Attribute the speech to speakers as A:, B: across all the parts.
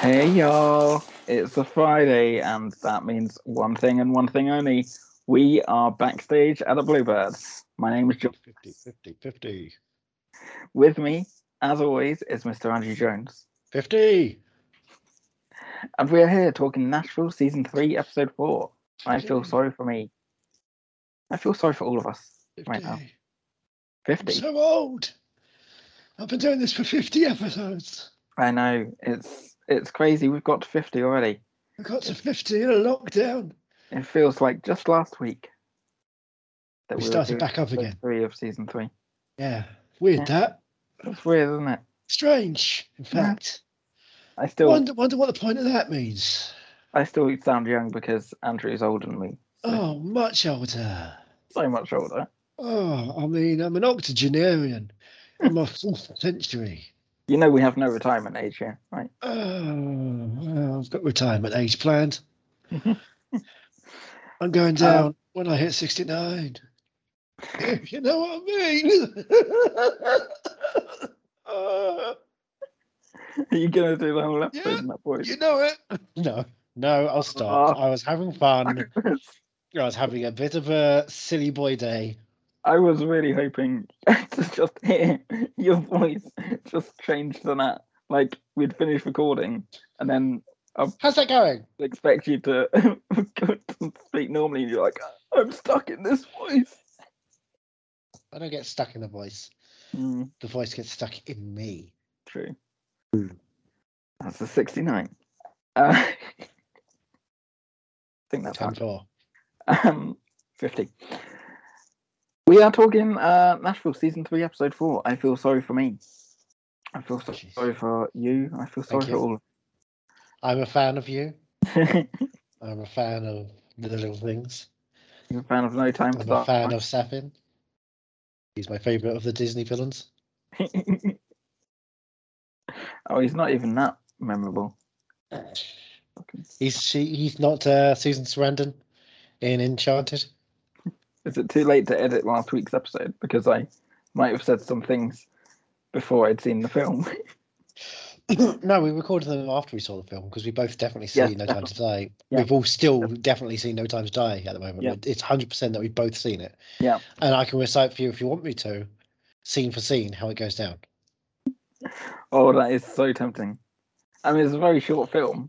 A: Hey y'all, it's a Friday, and that means one thing and one thing only. We are backstage at a Bluebird. My name is John.
B: 50, 50, 50,
A: With me, as always, is Mr. Andrew Jones.
B: 50.
A: And we are here talking Nashville Season 3, Episode 4. I feel sorry for me. I feel sorry for all of us.
B: 50.
A: Right now.
B: I'm
A: 50.
B: so old. I've been doing this for 50 episodes.
A: I know, it's it's crazy. We've got to 50 already.
B: I got to 50 in a lockdown.
A: It feels like just last week that
B: We
A: were doing
B: started back up
A: episode
B: again.
A: Three of Season 3.
B: Yeah, weird
A: Yeah.
B: that.
A: It's weird, isn't it?
B: Strange, in
A: Yeah.
B: fact.
A: I still.
B: Wonder, wonder what the point of that means.
A: I still sound young because Andrew's older than me. So,
B: Oh, much older.
A: so much older.
B: Oh, I mean, I'm an octogenarian in my fourth century.
A: You know we have no retirement age here, right?
B: Oh, well, I've got retirement age planned. I'm going down when I hit 69. If you know what I mean. Uh,
A: Are you gonna do the whole episode
B: Yeah,
A: in that voice?
B: you know it. Ah. No, no, I'll stop.
A: Oh.
B: I was having fun. I was having a bit of a silly boy day.
A: I was really hoping to just hear your voice just change to that. Like we'd finish recording and then
B: How's that going?
A: expect you to go to speak normally and you're like, I'm stuck in this voice.
B: I don't get stuck in the voice.
A: Mm,
B: The voice gets stuck in me.
A: true.
B: Hmm.
A: That's a 69. Uh, I think that's
B: Ten four.
A: um, 50. We are talking uh, Nashville season three, episode four. I feel sorry for me. I feel so-
B: Jeez.
A: sorry for you. I feel sorry
B: Thank
A: for
B: you.
A: all.
B: I'm a fan of you.
A: of
B: I'm a fan of the little things.
A: You're a fan of No Time to
B: I'm
A: Die.
B: a fan of Safin. He's my favourite of the Disney villains.
A: oh, he's not even that memorable.
B: He's she, he's not uh, Susan Sarandon in Enchanted.
A: Is it too late to edit last week's episode? Because I might have said some things before I'd seen the film.
B: no, we recorded them after we saw the film because we both definitely see
A: Yes,
B: No Time to Die.
A: Yeah.
B: We've all still definitely seen No Time to Die at the moment.
A: Yeah.
B: It's hundred percent that we've both seen it.
A: Yeah.
B: and I can recite for you if you want me to, scene for scene, how it goes down.
A: oh, that is so tempting. I mean, it's a very short film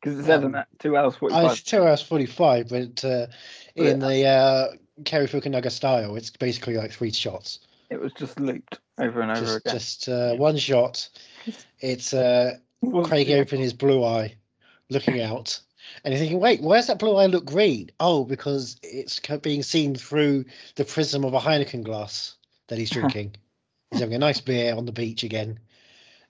A: because it's said in
B: Um,
A: that two hours
B: I,
A: forty-five.
B: it's two hours forty five, but uh,
A: Yeah.
B: in the uh, Kerry Fukunaga style, it's basically like three shots.
A: It was just looped over and over
B: just
A: again.
B: just uh, one shot. It's uh,
A: Well,
B: Craig
A: yeah.
B: opening his blue eye, looking out, and you're thinking, wait, why does that blue eye look green? Oh, because it's co- being seen through the prism of a Heineken glass that he's drinking. he's having a nice beer on the beach again.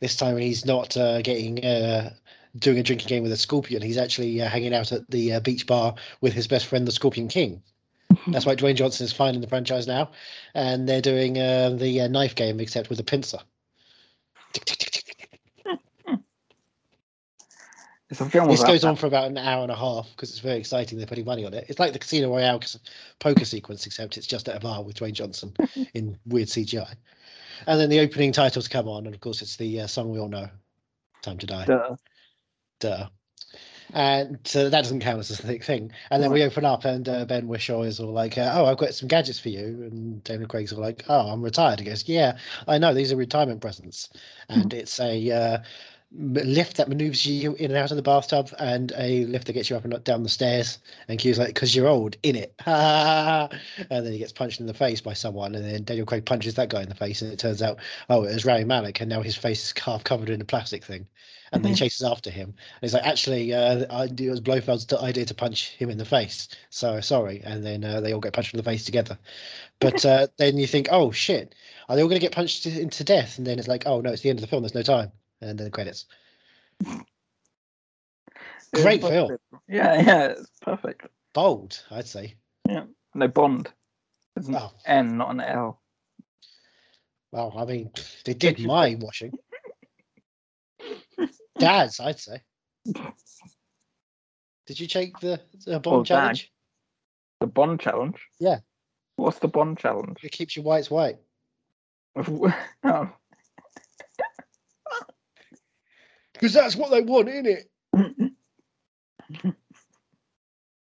B: This time he's not uh, getting uh, doing a drinking game with a scorpion. He's actually uh, hanging out at the uh, beach bar with his best friend, the Scorpion King. That's why Dwayne Johnson is fine in the franchise now, and they're doing uh, the uh, knife game except with a pincer. Tick, tick, tick, tick, tick.
A: It's a film
B: This
A: about
B: goes
A: that.
B: on for about an hour and a half because it's very exciting. They're putting money on it. It's like the Casino Royale cas- poker sequence, except it's just at a bar with Dwayne Johnson in weird CGI. And then the opening titles come on, and of course it's the uh, song we all know, "Time to Die."
A: Duh.
B: Duh. And so that doesn't count as a thick thing. And then we open up, and uh, Ben Wishaw is all like, uh, "Oh, I've got some gadgets for you." And Daniel Craig's all like, "Oh, I'm retired." He goes, "Yeah, I know. These are retirement presents." And it's a uh, m- lift that maneuvers you in and out of the bathtub, and a lift that gets you up and up- down the stairs. And Q's like, "Cause you're old, in it." and then he gets punched in the face by someone, and then Daniel Craig punches that guy in the face, and it turns out, oh, it was Rami Malik, and now his face is half covered in a plastic thing. And then he chases after him. And he's like, actually, uh, I, it was Blofeld's t- idea to punch him in the face. So sorry. And then uh, they all get punched in the face together. But uh, then you think, oh shit, are they all going to get punched to- into death? And then it's like, oh no, it's the end of the film. There's no time. And then the credits. Great
A: It's
B: film.
A: perfect. Yeah, yeah, it's perfect.
B: Bold, I'd say.
A: No Bond. It's an
B: Oh.
A: N, not an L.
B: Well, I mean, they did my washing. Dad's, I'd say. Did you take the, the bomb
A: Well, dag.
B: challenge?
A: The Bond challenge.
B: Yeah.
A: What's the Bond challenge?
B: It keeps your whites white.
A: oh,
B: because that's what they want, isn't it?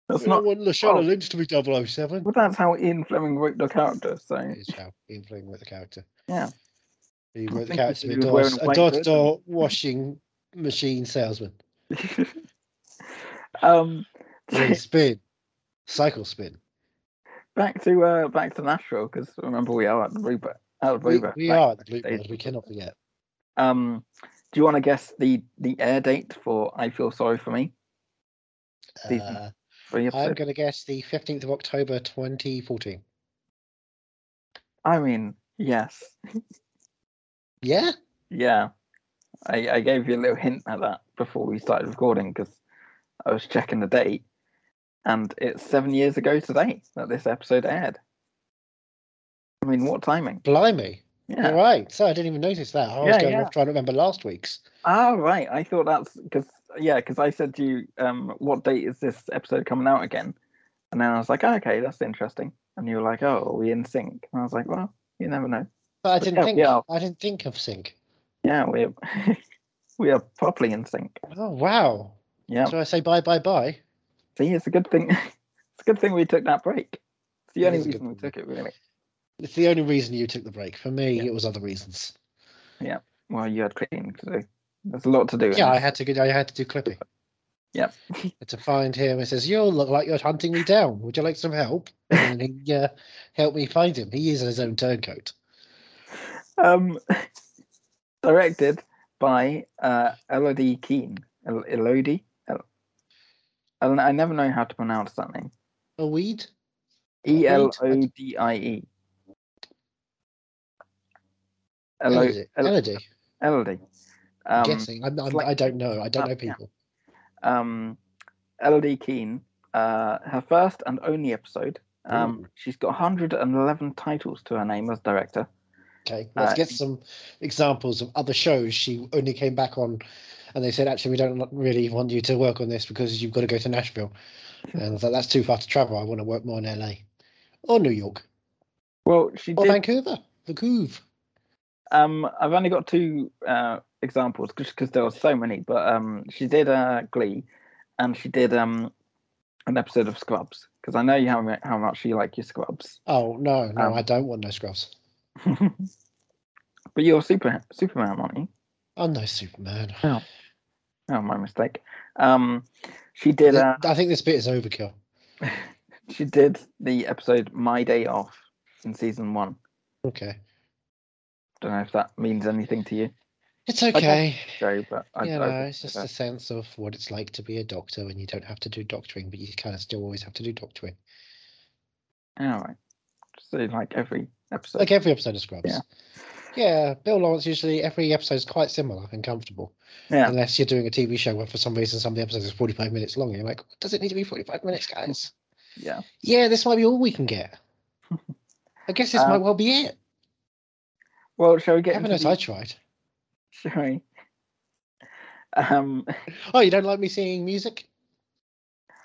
A: That's
B: they
A: not.
B: don't want Lashana
A: oh.
B: Lynch to be 007.
A: Well, that's how Ian Fleming wrote the character. So
B: Is how Ian Fleming wrote the character.
A: Yeah.
B: He
A: I
B: wrote the
A: think
B: character
A: he
B: to be
A: was wearing a
B: a door- a
A: white
B: door to
A: hood
B: door washing machine salesman.
A: um,
B: Wing spin, cycle spin.
A: back to uh, back to Nashville because remember we are at the Bluebird. At the
B: We,
A: Bluebird.
B: we
A: back-
B: are the
A: backstage.
B: Bluebird. We cannot forget.
A: Um, do you want to guess the the air date for "I Feel Sorry for Me"? Season
B: Uh,
A: Three
B: I'm
A: episodes.
B: going to guess the 15th of October 2014.
A: I mean, yes,
B: Yeah?
A: yeah. I, I gave you a little hint at that before we started recording because I was checking the date, and it's seven years ago today that this episode aired. I mean, what timing?
B: Blimey.
A: Yeah.
B: All right. So I didn't even notice that. I was
A: Yeah,
B: going
A: yeah.
B: off trying to remember last week's.
A: Ah, right. I thought that's because yeah, because I said to you, um, what date is this episode coming out again? And then I was like, oh, okay, that's interesting. And you were like, oh, are we in sync? And I was like, well, you never know.
B: But I didn't
A: Yeah,
B: think
A: we are.
B: I didn't think of sync.
A: Yeah, we're we are properly in sync.
B: Oh wow.
A: Yeah.
B: So I say bye bye bye.
A: See, it's a good thing. it's a good thing we took that break. It's the
B: It
A: only
B: is a good
A: reason we
B: thing.
A: took it, really.
B: It's the only reason you took the break. For me,
A: Yeah.
B: it was other reasons.
A: Well, you had cleaning to do. There's a lot to do. in
B: Yeah, I
A: this.
B: had to go. I had to do clipping.
A: Yep.
B: Had to find him. He says, "You look like you're hunting me down. Would you like some help?" And then he uh, helped me find him. He is in his own turncoat.
A: Um, directed by uh, Elodie Keane. El- Elodie? El- I, don't, I never know how to pronounce that name.
B: A weed.
A: E L
B: Elodie?
A: O D I E. Elo-
B: Elodie.
A: El-
B: Elodie.
A: Elodie.
B: I'm
A: Um,
B: guessing. I'm, I'm,
A: like-
B: I don't know. I don't
A: Oh,
B: know
A: yeah.
B: people.
A: um, Elodie Keane, uh, her first and only episode. Um, she's got 111 titles to her name as director.
B: Okay, let's
A: Uh,
B: get some examples of other shows she only came back on, and they said, actually, we don't really want you to work on this because you've got to go to Nashville, and I thought that's too far to travel. I want to work more in LA, or New York,
A: Well, she
B: or
A: did.
B: Vancouver, Vancouver.
A: Um, I've only got two uh, examples because there were so many, but um, she did uh, Glee, and she did um, an episode of Scrubs because I know you how mu- how much you like your Scrubs.
B: Oh no, no,
A: Um,
B: I don't want no scrubs.
A: but you're super Superman, aren't you?
B: I'm no Superman.
A: Oh, my mistake. Um, she did. Uh,
B: I think this bit is overkill.
A: she did the episode "My Day Off" in season one.
B: Okay,
A: Don't know if that means anything to you,
B: it's okay.
A: Joe, but I,
B: you
A: I-
B: know, it's just
A: that.
B: a sense of what it's like to be a doctor when you don't have to do doctoring, but you kind of still always have to do doctoring.
A: all right. So like every episode.
B: like every episode of Scrubs.
A: Yeah.
B: Yeah. Bill Lawrence usually every episode is quite similar and comfortable,
A: Yeah.
B: unless you're doing a TV show where for some reason some of the episodes is 45 minutes long. And you're like, does it need to be 45 minutes, guys?
A: Yeah.
B: Yeah, this might be all we can get. I guess this
A: Uh,
B: might well be it.
A: Well, shall we get
B: Heaven
A: into
B: knows
A: the-
B: I tried.
A: Shall we? Um,
B: Oh, you don't like me singing music?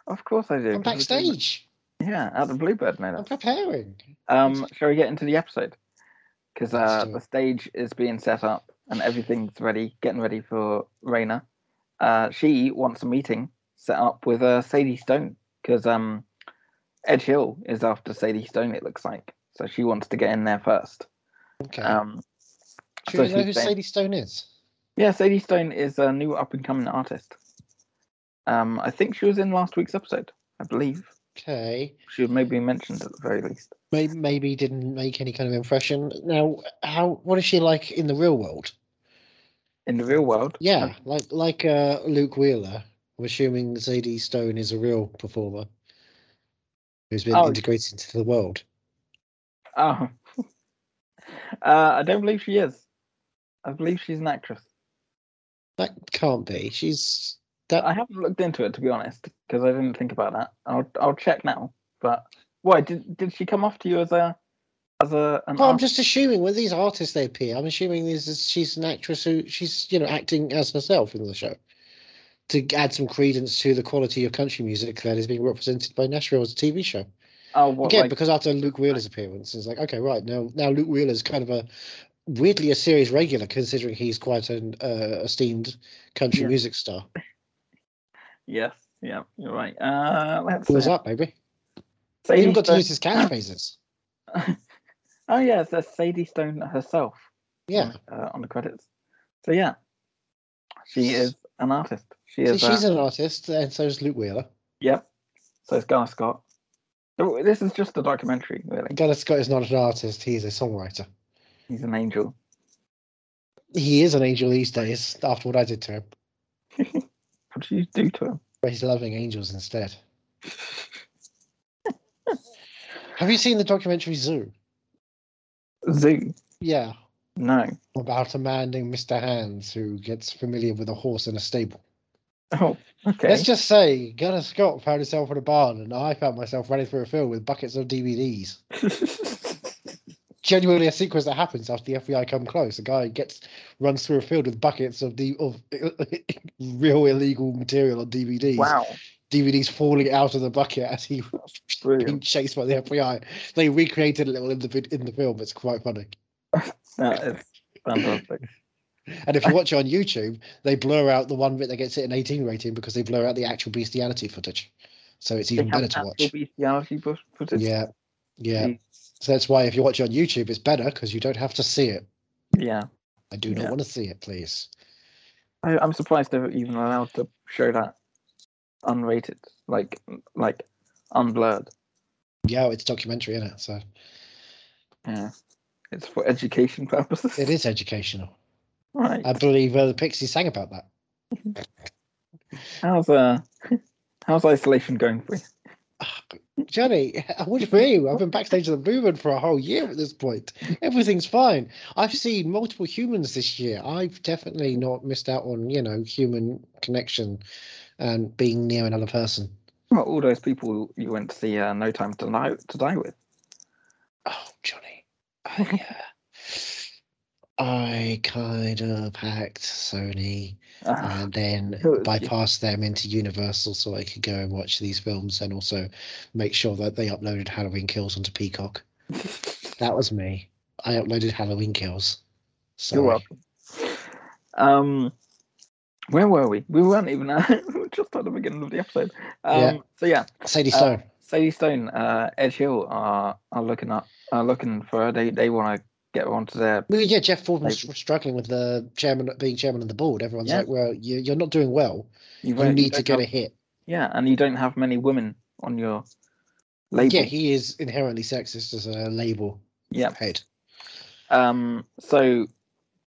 A: of course I do.
B: I'm
A: 'cause we're doing-
B: backstage.
A: Yeah, at the Bluebird, no
B: I'm
A: doubt.
B: preparing.
A: Um, shall we get into the episode? Because
B: Let's
A: uh,
B: do
A: the
B: it.
A: stage is being set up and everything's ready, getting ready for Raina. Uh, she wants a meeting set up with uh, Sadie Stone because um, Edge Hill is after Sadie Stone. It looks like so she wants to get in there first.
B: Okay.
A: Um,
B: Do you
A: so
B: know
A: she's
B: who
A: saying-
B: Sadie Stone is?
A: Yeah, Sadie Stone is a new up and coming artist. Um, I think she was in last week's episode, I believe.
B: Okay.
A: She was maybe mentioned at the very least.
B: May- Maybe didn't make any kind of impression. Now, how? What is she like in the real world?
A: In the real world,
B: Yeah, like like uh, Luke Wheeler. I'm assuming Zadie Stone is a real performer who's been
A: Oh.
B: integrated into the world.
A: oh, uh, I don't believe she is. I believe she's an actress.
B: That can't be. She's that.
A: I haven't looked into it to be honest, because I didn't think about that. I'll I'll check now. But why did did she come off to you as a as a an
B: Well, I'm
A: artist?
B: just assuming with these artists they appear. I'm assuming this is she's an actress who she's you know acting as herself in the show to add some credence to the quality of country music that is being represented by Nashville as a TV show.
A: Oh, what
B: Again,
A: like
B: because after Luke Wheeler's appearance, it's like okay, right now now Luke Wheeler's kind of a weirdly a series regular considering he's quite an uh, esteemed country
A: Yeah.
B: music star.
A: Yes. Yeah. You're right. Uh, let's.
B: Who was
A: see.
B: up, baby?
A: Sadie
B: He even got to
A: Stone-
B: use his catchphrases.
A: oh yeah, it's uh, Sadie Stone herself.
B: Yeah.
A: Uh, on the credits. So yeah, she is an artist. She
B: So
A: is. uh,
B: she's an artist, and so is Luke Wheeler.
A: Yep. So it's Guy Scott. Oh, This is just a documentary, really.
B: Gareth Scott is not an artist, he's a songwriter.
A: He's an angel.
B: He is an angel these days, after what I did to him.
A: What did you do to him?
B: But he's loving angels instead. Have you seen the documentary Zoo?
A: Zoo?
B: Yeah.
A: No.
B: About a man named Mr. Hands who gets familiar with a horse in a stable.
A: Oh, okay.
B: Let's just say Gunnar Scott found himself in a barn and I found myself running through a field with buckets of DVDs. Genuinely a sequence that happens after the FBI come close. A guy gets runs through a field with buckets of the of real illegal material on DVDs.
A: wow.
B: DVDs falling out of the bucket as he was being
A: Brilliant.
B: chased by the FBI. They recreated a little in the vid- in the film. It's quite funny.
A: That is fantastic.
B: And if you watch it on YouTube, they blur out the one bit that gets it an 18 rating because they blur out the actual bestiality footage. So it's
A: They
B: even
A: have
B: better to
A: actual
B: watch.
A: bestiality fo- footage.
B: Yeah, yeah.
A: Jeez.
B: So that's why if you watch it on YouTube, it's better because you don't have to see it.
A: Yeah.
B: I do not
A: Yeah.
B: want to see it, please.
A: I, I'm surprised they're even allowed to show that unrated, like like unblurred.
B: Yeah, it's documentary, isn't it? So
A: Yeah. It's for education purposes.
B: it is educational.
A: Right.
B: I believe uh, the Pixies sang about that.
A: How's uh how's isolation going for you?
B: Johnny, what for you? I've been backstage at the Blue Room for a whole year at this point. Everything's fine. I've seen multiple humans this year. I've definitely not missed out on, you know, human connection and being near another person.
A: Well, all those people you went to see uh, No Time to Die, to die with.
B: Oh, Johnny. Oh, yeah. I kind of hacked Sony
A: Uh,
B: and then
A: Who-
B: bypassed them into Universal so I could go and watch these films and also make sure that they uploaded Halloween Kills onto Peacock. That was me. I uploaded Halloween Kills. Sorry.
A: you're welcome. Um, where were we? We weren't even at, we were just at the beginning of the episode. Um,
B: Yeah.
A: So yeah,
B: Sadie
A: Uh,
B: Stone.
A: Sadie Stone, uh, Ed Hill are are looking up, are looking for her. They they want to get her onto their.
B: well, yeah, Jeff Ford was struggling with the chairman being chairman of the board. Everyone's
A: Yeah.
B: like, "Well, you, you're not doing well. You,
A: won't-
B: need to
A: don't
B: get a
A: have-
B: hit."
A: Yeah, and you don't have many women on your label.
B: Yeah, he is inherently sexist as a label
A: yeah.
B: head.
A: Um, so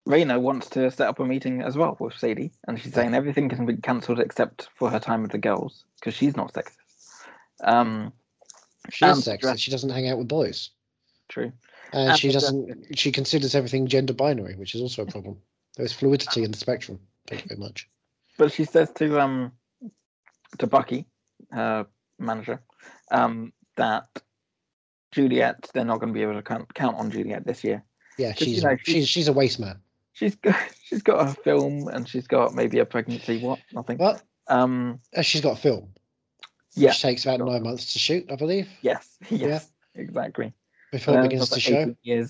A: Raina wants to set up a meeting as well with Sadie, and she's saying everything can be cancelled except for her time with the girls because she's not sexist. Um,
B: She is
A: And-
B: sexist. She doesn't hang out with boys.
A: true.
B: and
A: And
B: she
A: the-
B: doesn't she considers everything gender binary which is also a problem there's fluidity in the spectrum thank you very much
A: But she says to um to Bucky, her manager, um, that Juliet, they're not going to be able to count, count on Juliet this year.
B: yeah
A: Just, you
B: she's
A: know, she-
B: she's she's a waste man
A: She's got she's got a film and she's got maybe a pregnancy. What nothing.
B: well
A: Um,
B: uh, she's got a film
A: Yeah.
B: which takes about nine months to shoot i believe
A: yes, yes, exactly.
B: before it
A: Uh,
B: begins
A: another
B: to show
A: 18 Years.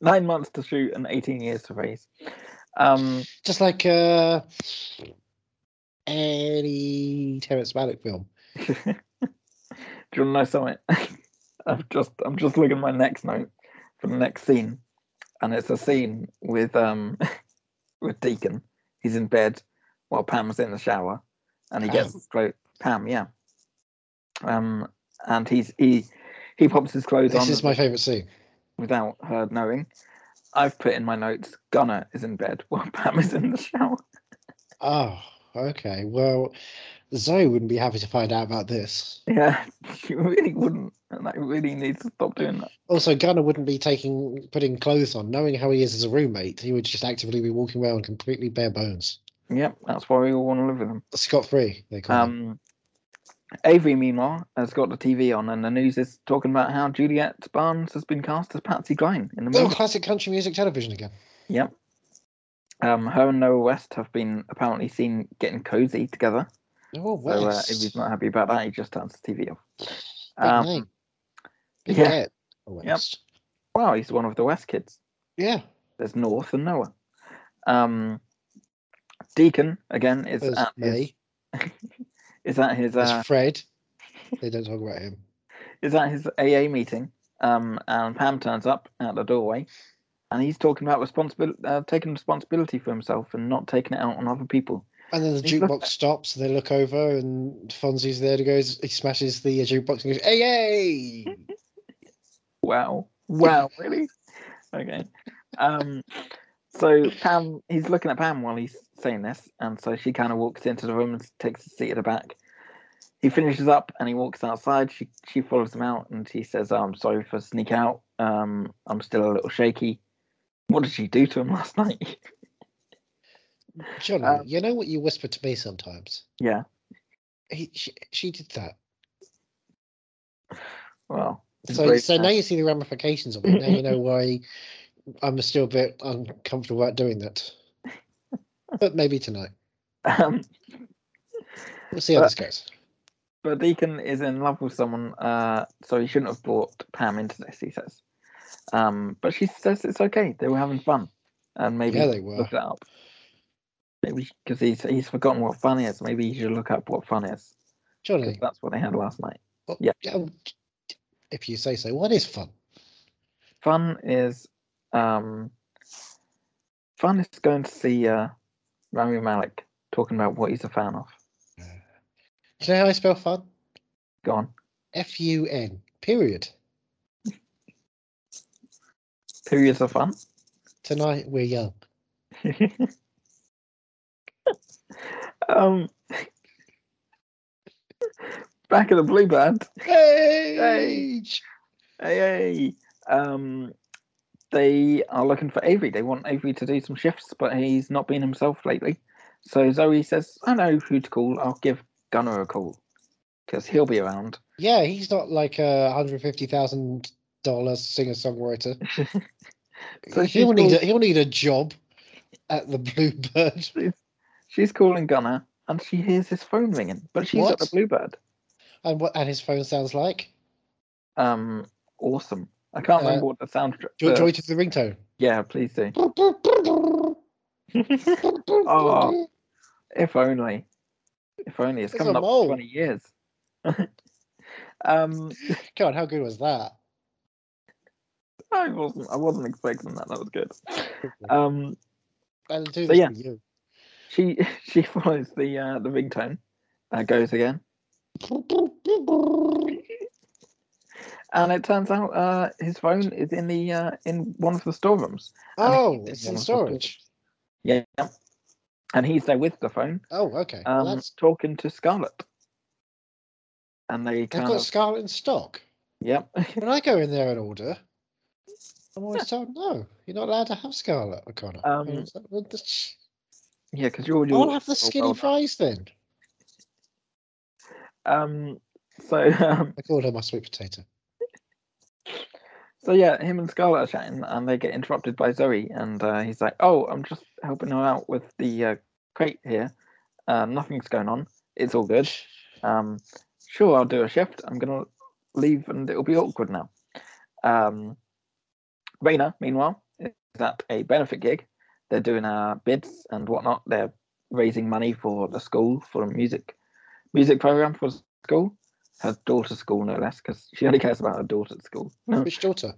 A: Nine months to shoot and 18 years to raise. Um,
B: just like uh any terrence malick film
A: do you want to know something? I'm just I'm just looking at my next note for the next scene, and it's a scene with um with Deacon. He's in bed while Pam's in the shower, and he gets
B: Pam?
A: his clothes. Pam, yeah. Um, and he's he he pops his clothes on.
B: this is my favorite scene
A: without her knowing. I've put in my notes, Gunner is in bed while Pam is in the shower.
B: oh okay well zoe wouldn't be happy to find out about this
A: Yeah, she really wouldn't. And I really need to stop doing that.
B: also gunnar wouldn't be taking putting clothes on knowing how he is as a roommate he would just actively be walking around completely bare bones
A: Yep, that's why we all want to live with them.
B: scot free. They call him.
A: Um, Avery, meanwhile, has got the TV on, and the news is talking about how Juliet Barnes has been cast as Patsy Cline in the
B: Oh,
A: movie.
B: classic country music television again.
A: Yep. Um, her and Noah West have been apparently seen getting cozy together.
B: Oh,
A: So uh,
B: West.
A: Avery's not happy about that. He just turns the TV off.
B: Big name. Big
A: um, yeah.
B: get. Oh, West.
A: wow, he's one of the West kids.
B: Yeah.
A: There's North and Noah. Um, Deacon again is
B: There's
A: at his,
B: me.
A: is at his
B: There's
A: um, uh,
B: Fred. They don't talk about him.
A: is at his AA meeting, um, and Pam turns up at the doorway, and he's talking about responsibility, uh, taking responsibility for himself and not taking it out on other people.
B: And then the
A: He's look-
B: jukebox stops, and they look over, and Fonzie's there. And he goes, he smashes the uh, jukebox and goes, "Hey, hey!"
A: Wow, wow, really? Okay. Um, so Pam, he's looking at Pam while he's saying this, and so she kind of walks into the room and takes a seat at the back. He finishes up and he walks outside. She she follows him out and she says, "Oh, "I'm sorry for sneak out. Um, I'm still a little shaky. What did she do to him last night?"
B: Johnny,
A: Um,
B: you know what you whisper to me sometimes.
A: Yeah.
B: He, she, she did that.
A: Well, it's
B: So,
A: very
B: so
A: sad.
B: now you see the ramifications of it. Now you know why I'm still a bit uncomfortable about doing that. But maybe tonight.
A: Um,
B: We'll see how this goes.
A: but Deacon is in love with someone, uh, so he shouldn't have brought Pam into this. He says, um, but she says it's okay. They were having fun, and maybe
B: Yeah, they were.
A: look it up. Maybe because he's he's forgotten what fun is. Maybe he should look up what fun is because
B: Johnny,
A: that's what they had last night.
B: what-
A: yeah.
B: um, if you say so, what is fun?
A: Fun is, um, fun is going to see uh, Rami Malik talking about what he's a fan of.
B: Do you know how I spell fun?
A: Go on,
B: F U N, period.
A: periods of fun.
B: Tonight we're young.
A: um, back at the blue band.
B: Hey!
A: Hey, hey. Um, they are looking for Avery. They want Avery to do some shifts, but he's not been himself lately. So Zoe says, "I know who to call. I'll give Gunnar a call because he'll be around."
B: Yeah, he's not like a hundred fifty thousand dollars singer songwriter.
A: So she's
B: he'll need a,
A: called-
B: he'll need a job at the Bluebird.
A: She's calling Gunnar, and she hears his phone ringing, but she's at
B: What?
A: the Bluebird.
B: And what and his phone sounds like?
A: Um, awesome. I can't
B: Uh,
A: remember what the sound.
B: Do you
A: the-
B: want Joy to the ringtone?
A: Yeah, please do. Oh. If only. If only. It's
B: It's
A: coming
B: a
A: up
B: mole.
A: for 20 years. um,
B: God, how good was that?
A: I wasn't, I wasn't expecting that. That was good. Um,
B: I'll
A: So,
B: do this
A: yeah.
B: for you.
A: she she follows the uh, the ringtone. Uh, goes again. And it turns out uh, his phone is in the uh, in one of the storerooms.
B: Oh, it's in storage.
A: Yeah. And he's there with the phone,
B: Oh, okay.
A: um,
B: Well, that's
A: talking to Scarlett. And they
B: they've
A: kind
B: got
A: of
B: Scarlet in stock.
A: yep.
B: When I go in there and order, I'm always told no, you're not allowed to have Scarlet O'Connor.
A: Um,
B: And it's like, well, that's-
A: yeah, because you're, you're
B: I'll have the
A: you're
B: skinny
A: well done.
B: fries then.
A: Um, so um,
B: I called her my sweet potato.
A: So yeah, him and Scarlett are chatting, and they get interrupted by Zoe, and uh, he's like, "Oh, I'm just helping her out with the uh, crate here. Uh, nothing's going on. It's all good. Um, sure, I'll do a shift. I'm gonna leave, and it'll be awkward now." Um, Raina, meanwhile, is at a benefit gig. They're doing uh, bids and whatnot. They're raising money for the school for a music music program for school. Her daughter's school, no less, because she only cares about her daughter's school.
B: Which daughter?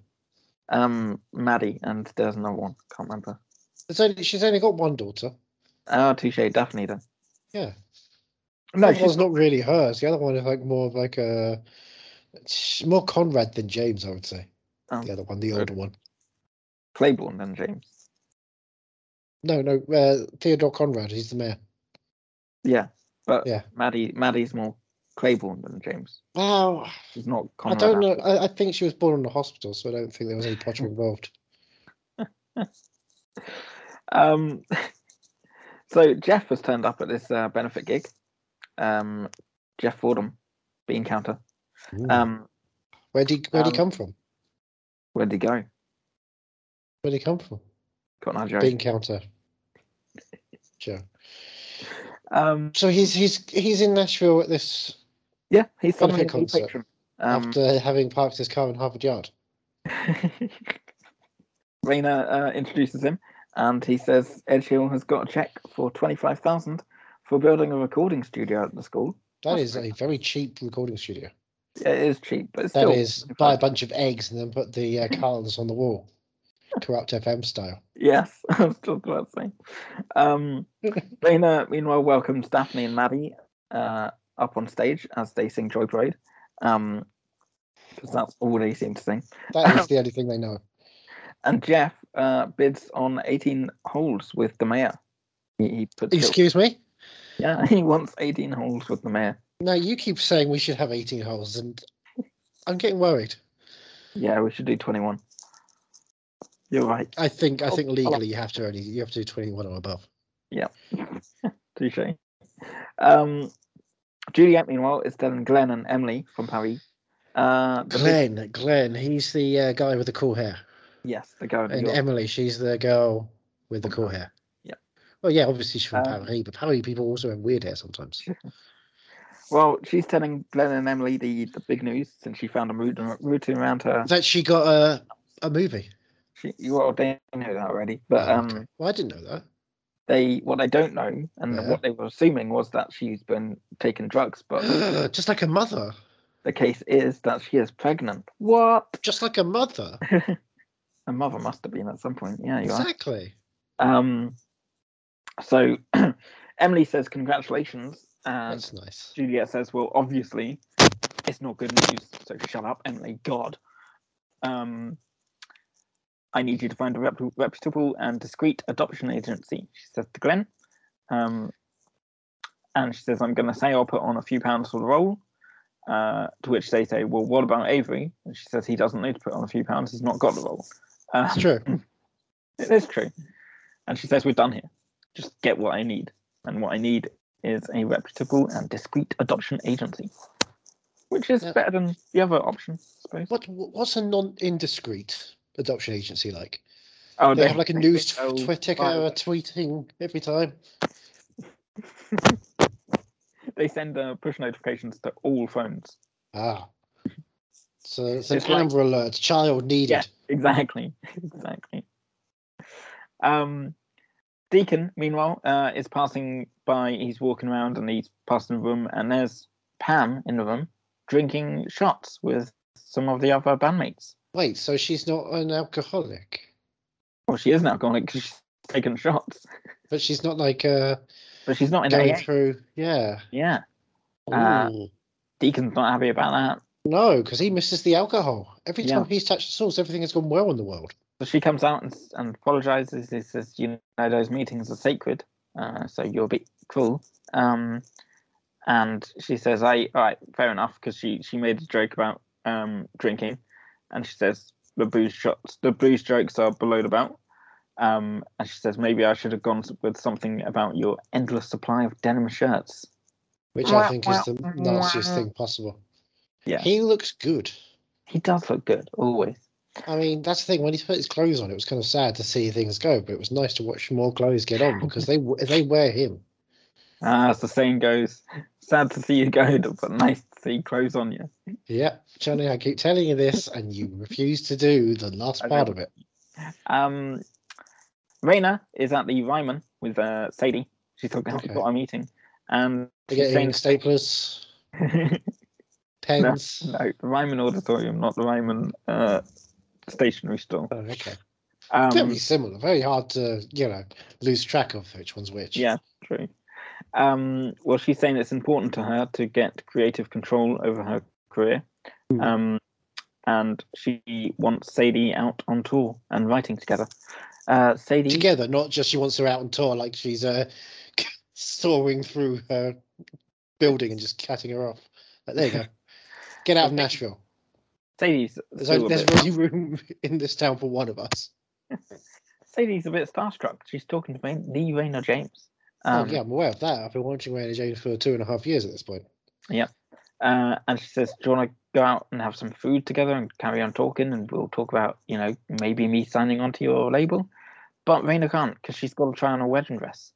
A: Um, Maddie, and there's another one. Can't remember.
B: It's only, she's only got one daughter.
A: Ah, touche, Daphne then.
B: Yeah.
A: No,
B: that
A: she's
B: one's not really hers. The other one is like more of like a it's more Conrad than James, I would say.
A: Oh.
B: The other one, the
A: Okay.
B: older one.
A: Claiborne then, James.
B: No, no, uh, Theodore Conrad. He's the mayor.
A: Yeah, but
B: Yeah.
A: Maddie, Maddie's more Claiborne than James.
B: Wow.
A: She's not.
B: Oh, I
A: Conrad
B: don't know.
A: Apple. Hmm.
B: I, I think she was born in a hospital, so I don't think there was any Potter involved.
A: Um, so Jeff has turned up at this uh, benefit gig. Um, Jeff Fordham, bean counter. Um,
B: where did where did
A: um,
B: Hmm. he come from?
A: where'd he go?
B: Where did he come from?
A: Got no joke.
B: Bean counter. Sure.
A: Um,
B: So he's he's he's in Nashville at this
A: yeah, he's suddenly a
B: Benefit
A: new
B: concert.
A: patron. Um,
B: after having parked his car in Harvard Yard.
A: Raina uh, introduces him, and he says Edge Hill has got a check for twenty five thousand for building a recording studio at the school.
B: That
A: That's
B: is a very cheap recording studio.
A: It is cheap, but it's
B: That
A: still
B: is buy a bunch of eggs and then put the uh, cartons on the wall, corrupt FM style.
A: Yes, I was just about to say. Um, Lena, meanwhile, welcomes Daphne and Maddie uh, up on stage as they sing Joy Parade. Um, 'cause that's all they seem to sing.
B: That is the only thing they know.
A: And Jeff uh, bids on 18 holes with the mayor. He, he puts it-
B: Excuse me.
A: yeah, he wants 18 holes with the mayor.
B: No, you keep saying we should have 18 holes, and I'm getting worried.
A: Yeah, we should do 21. You're right.
B: I think I
A: Oh,
B: think
A: hello.
B: legally you have to only you have to do 21 or above.
A: Touche. Um, Juliet, meanwhile, is telling Glenn and Emily from Paris. Uh, the big-
B: Glenn, Glenn, he's the uh, guy with the cool hair,
A: yes, the go.
B: and Emily, she's the girl with the cool hair.
A: Oh, Yeah.
B: Well, yeah, obviously she's from
A: Um,
B: Paris, but Paris people also have weird hair sometimes.
A: Well, she's telling Glenn and Emily the, the big news since she found them rooting, rooting around her.
B: That she got a a movie.
A: She, you all they know that already, but
B: Oh,
A: um,
B: Well, I didn't know that.
A: they what they don't know and
B: Yeah.
A: what they were assuming was that she's been taking drugs, but
B: just like a mother.
A: the case is that she is pregnant. What?
B: Just like a mother.
A: Her mother must have been at some point. Yeah, you are.
B: Exactly.
A: Um, so Emily says congratulations, and
B: That's nice.
A: Juliet says, "Well, obviously, it's not good news. So shut up, Emily. God, um, I need you to find a rep- reputable and discreet adoption agency." She says to Glenn, um, and she says, "I'm going to say I'll put on a few pounds for the role." Uh, to which they say, "Well, what about Avery?" And she says, "He doesn't need to put on a few pounds. He's not got the role." Uh,
B: It's true.
A: it is true. And she says, We're done here. Just get what I need. And what I need is a reputable and discreet adoption agency, which is
B: Yeah.
A: better than the other option, I suppose.
B: What what's a non-indiscreet adoption agency like?
A: Oh,
B: they have like a news t-
A: go
B: tw- ticker
A: viral.
B: or tweeting every time.
A: They send uh, push notifications to all phones.
B: Ah. So it's an
A: It's like-
B: Amber Alert, child needed.
A: Yeah. Exactly. exactly. Um, Deacon, meanwhile, uh, is passing by. He's walking around and he's passing the room, and there's Pam in the room drinking shots with some of the other bandmates.
B: Wait, so she's not an alcoholic,
A: Well, she is an alcoholic because she's taken shots,
B: but she's not like uh,
A: but she's not in
B: going
A: AA.
B: through. Yeah.
A: Yeah, Uh,
B: Ooh.
A: Deacon's not happy about that.
B: No, because he misses the alcohol. Every
A: Yeah.
B: time he's touched the source, everything has gone well in the world.
A: So she comes out and, s- and apologizes. He says, "You know, those meetings are sacred, uh, so you're a bit cruel." Um, and she says, "I all right, fair enough," because she she made a joke about um drinking, and she says the booze shots, the booze jokes are below the belt. Um, and she says, "Maybe I should have gone s- with something about your endless supply of denim shirts."
B: Which I think is the nastiest thing possible.
A: Yeah.
B: He looks good.
A: He does look good always.
B: I mean, that's the thing. When he put his clothes on, it was kind of sad to see things go, but it was nice to watch more clothes get on because they they wear him.
A: Ah, as the saying goes, sad to see you go, but nice to see clothes on you.
B: Yeah, Johnny, I keep telling you this, and you refuse to do the last
A: I
B: part of it.
A: Um, Raina is at the Ryman with uh, Sadie. She's talking
B: Okay.
A: about a meeting, and
B: They're
A: she's
B: getting
A: saying,
B: staplers, pens.
A: "No, the Ryman Auditorium, not the Ryman uh, stationery store."
B: Oh, okay.
A: Um,
B: Very similar. Very hard to you know lose track of which one's which.
A: yeah, true. Um, well, she's saying it's important to her to get creative control over her career,
B: Hmm.
A: um, and she wants Sadie out on tour and writing together. Uh, Sadie.
B: Together, not just she wants her out on tour like she's uh soaring through her building and just cutting her off. Like, there you go. Get out of Nashville.
A: Sadie's
B: There's,
A: still
B: only,
A: a
B: there's
A: bit,
B: only room in this town for one of us.
A: Sadie's a bit starstruck. She's talking to Rain, the Rainer James. Um,
B: oh, yeah, I'm aware of that. I've been watching Rainy Jane for two and a half years at this point.
A: uh, and she says, "Do you want to go out and have some food together and carry on talking? And we'll talk about, you know, maybe me signing onto your label." But Raina can't because she's got to try on a wedding dress.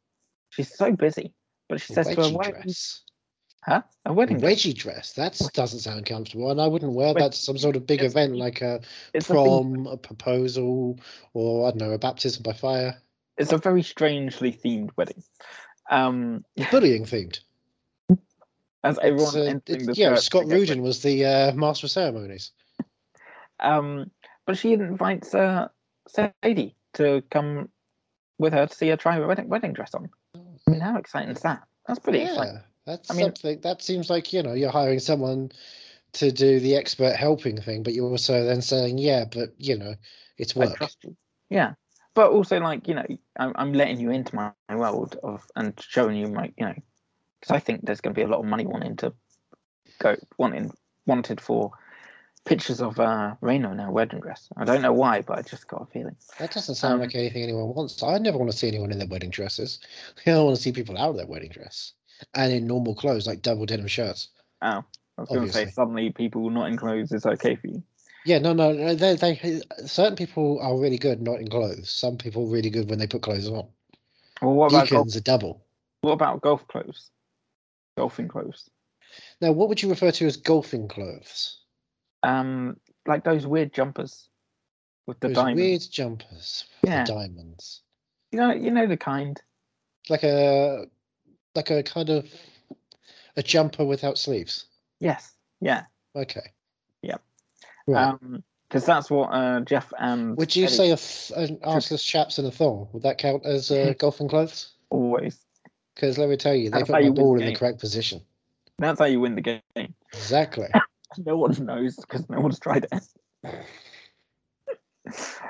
A: She's so busy. But she says to her,
B: Wedding
A: "Why?
B: dress.
A: Huh? A wedding dress?
B: Wedgie dress. That doesn't sound comfortable, and I wouldn't wear
A: Wed-
B: that to some sort of big
A: It's-
B: event like a
A: It's a thing-
B: prom, a proposal, or I don't know, a baptism by fire.
A: it's a very strangely themed wedding. Um,
B: Bullying themed.
A: as everyone
B: It's, uh,
A: entering
B: it's-
A: the
B: yeah,
A: church
B: Scott
A: to get
B: Rudin was the uh, master of ceremonies.
A: Um, but she invites uh, Sadie to come with her to see her try her wedding, wedding dress on. I mean, how exciting is that? That's pretty exciting.
B: Yeah, that's
A: I mean-
B: something. That seems like you know you're hiring someone to do the expert helping thing, but you're also then saying, yeah, but you know, it's
A: I
B: work.
A: trust you. Yeah, but also like you know, I'm, I'm letting you into my world of and showing you my you know, because I think there's going to be a lot of money wanting to go wanting wanted for pictures of uh Reno in her wedding dress. I don't know why, but I just got a feeling.
B: That doesn't sound
A: Um,
B: like anything anyone wants. I never want to see anyone in their wedding dresses. I don't want to see people out of their wedding dress and in normal clothes, like double denim shirts.
A: Oh, I was going to say
B: Obviously.
A: suddenly people not in clothes is okay for you.
B: Yeah, no, no, no. They, they, certain people are really good not in clothes. Some people are really good when they put clothes on.
A: Well, what about golf,
B: Deacons are double.
A: what about golf clothes? Golfing clothes.
B: Now, what would you refer to as golfing clothes?
A: Um, like those weird jumpers with the
B: Those
A: diamonds.
B: weird jumpers with
A: Yeah.
B: the diamonds,
A: You know, you know the kind.
B: like a, like a kind of, a jumper without sleeves.
A: Yes. Yeah.
B: Okay.
A: Yep.
B: Right.
A: Um, because that's what uh, Jeff and
B: Would you
A: Eddie
B: say a th- an arseless chaps and a thong? Would that count as uh, golfing clothes?
A: always.
B: Because let me tell you, they
A: That's
B: put
A: how
B: my
A: you win
B: ball
A: the
B: in the
A: game.
B: correct position.
A: That's how you win the game.
B: Exactly.
A: No one knows because no one's tried it.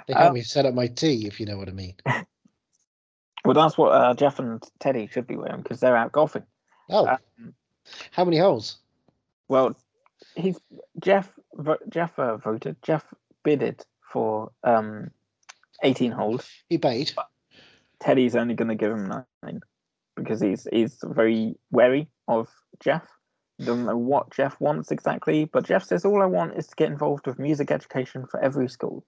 B: They
A: Um,
B: helped me set up my tee, if you know what I mean.
A: Well, that's what uh, Jeff and Teddy should be wearing because they're out golfing.
B: Oh,
A: Um,
B: how many holes?
A: well, he's Jeff. Vo- Jeff uh, voted. Jeff bidded for um, eighteen holes.
B: He paid.
A: Teddy's only going to give him nine because he's he's very wary of Jeff. Doesn't know what Jeff wants exactly, but Jeff says all I want is to get involved with music education for every school.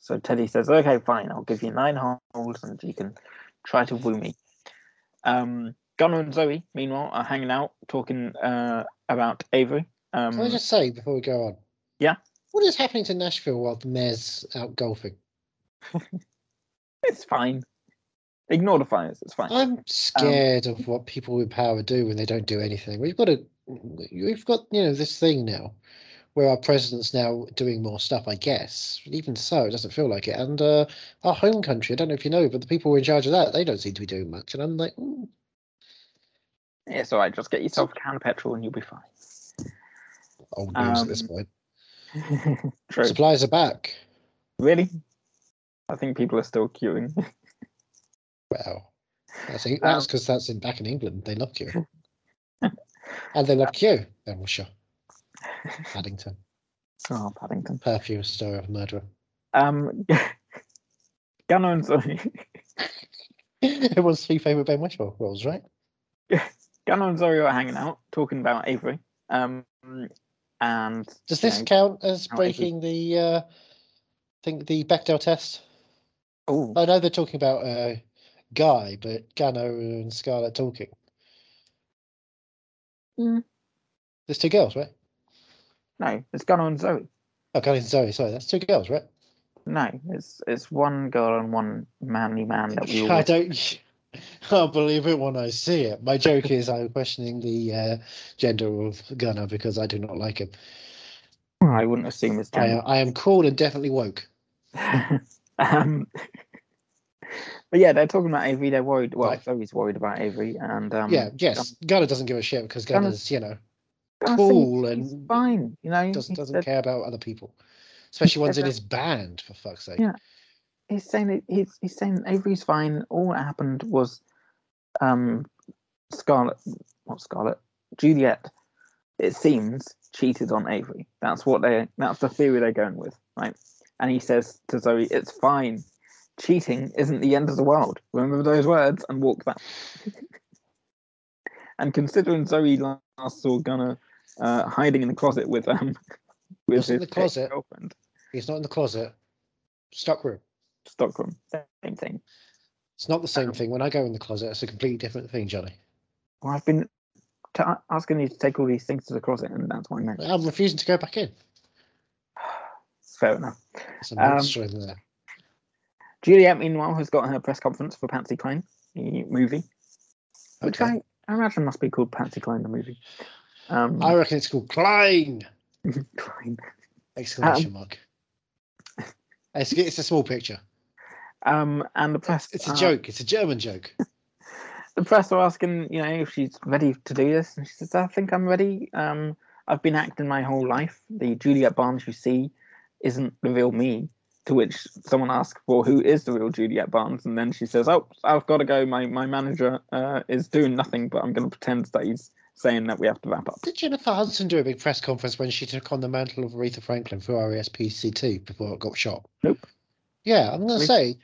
A: So Teddy says, "Okay, fine. I'll give you nine holes, and you can try to woo me." Um, Gunnar and Zoe, meanwhile, are hanging out talking uh, about Avery. Um,
B: Can I just say before we go on?
A: Yeah.
B: What is happening to Nashville while the mayor's out golfing?
A: It's fine. Ignore the fires. It's fine.
B: I'm scared of what people in power do when they don't do anything. We've got a, we've got you know this thing now, where our president's now doing more stuff. I guess even so, it doesn't feel like it. And uh, our home country, I don't know if you know, but the people who are in charge of that, they don't seem to be doing much. And I'm like, "Ooh,
A: It's all right. Just get yourself a can of petrol, and you'll be fine.
B: old news at this
A: Um,
B: point.
A: True.
B: Supplies are back.
A: Really? I think people are still queuing.
B: Wow, that's in-
A: Um,
B: that's because that's in back in England. They love you, and they
A: Uh,
B: love you. Then we'll show Paddington,
A: oh, Paddington.
B: perfume story of murderer.
A: Um, Gunnar and Zoe,
B: it was three favorite Ben Whishaw roles, right?
A: Gunnar and Zoe are hanging out, talking about Avery. Um, and
B: Does
A: you
B: this
A: know,
B: count as
A: how it is.
B: breaking the uh think the Bechdel test?
A: oh,
B: I know they're talking about uh Guy, but Gano and Scarlett talking.
A: Mm.
B: There's two girls, right?
A: no, it's Gunnar and Zoe.
B: Oh Gunnar and Zoe, sorry, that's two girls, right?
A: No, it's it's one girl and one manly man that we
B: I
A: all.
B: don't I'll believe it when I see it. My joke is I'm questioning the uh, gender of Gunnar because I do not like him.
A: I wouldn't assume it's
B: I,
A: gender.
B: I am cool and definitely woke.
A: um, but yeah, they're talking about Avery. They're worried. Well,
B: Right.
A: Zoe's worried about Avery, and um,
B: yeah, yes. Gunnar doesn't give a shit because
A: Gunnar-
B: Gunnar's, you know,
A: Gunnar seems-
B: cool
A: he's
B: and
A: fine. You know,
B: doesn't
A: He
B: doesn't
A: said-
B: care about other people, especially ones in
A: Everyone-
B: his band. For fuck's sake,
A: Yeah. he's saying that he's he's saying that Avery's fine. All that happened was um Scarlet not Scarlet, Juliet, it seems, cheated on Avery. That's what they that's the theory they're going with, right? And he says to Zoe, It's fine. Cheating isn't the end of the world. Remember those words and walk back. and considering Zoe last saw Gunnar uh, hiding in the closet with um with
B: Wasn't
A: his
B: the closet.
A: girlfriend,
B: he's not in the closet. Stock room.
A: Stockholm, same thing.
B: It's not the same
A: Um,
B: thing. When I go in the closet, it's a completely different thing, Johnny.
A: Well, I've been t- asking you to take all these things to the closet, and that's what I meant.
B: I'm refusing to go back in.
A: Fair enough.
B: It's a
A: Um,
B: monster in there.
A: Juliet, meanwhile, has got her press conference for Patsy Cline, the movie, which
B: Okay.
A: I, I imagine must be called Patsy Cline, the movie. Um,
B: I reckon it's called Klein!
A: Cline.
B: Exclamation mark. It's, it's a small picture.
A: Um, and the press.
B: It's a
A: are-
B: joke. It's a German joke.
A: the press were asking, you know, if she's ready to do this, and she says, "I think I'm ready. Um, I've been acting my whole life. The Juliet Barnes you see isn't the real me." To which someone asks, "Well, who is the real Juliet Barnes?" And then she says, "Oh, I've got to go. My my manager uh, is doing nothing, but I'm going to pretend that he's saying that we have to wrap up."
B: Did Jennifer Hudson do a big press conference when she took on the mantle of Aretha Franklin for E RESPCT before it got shot?
A: Nope.
B: Yeah, I'm going
A: Really?
B: to say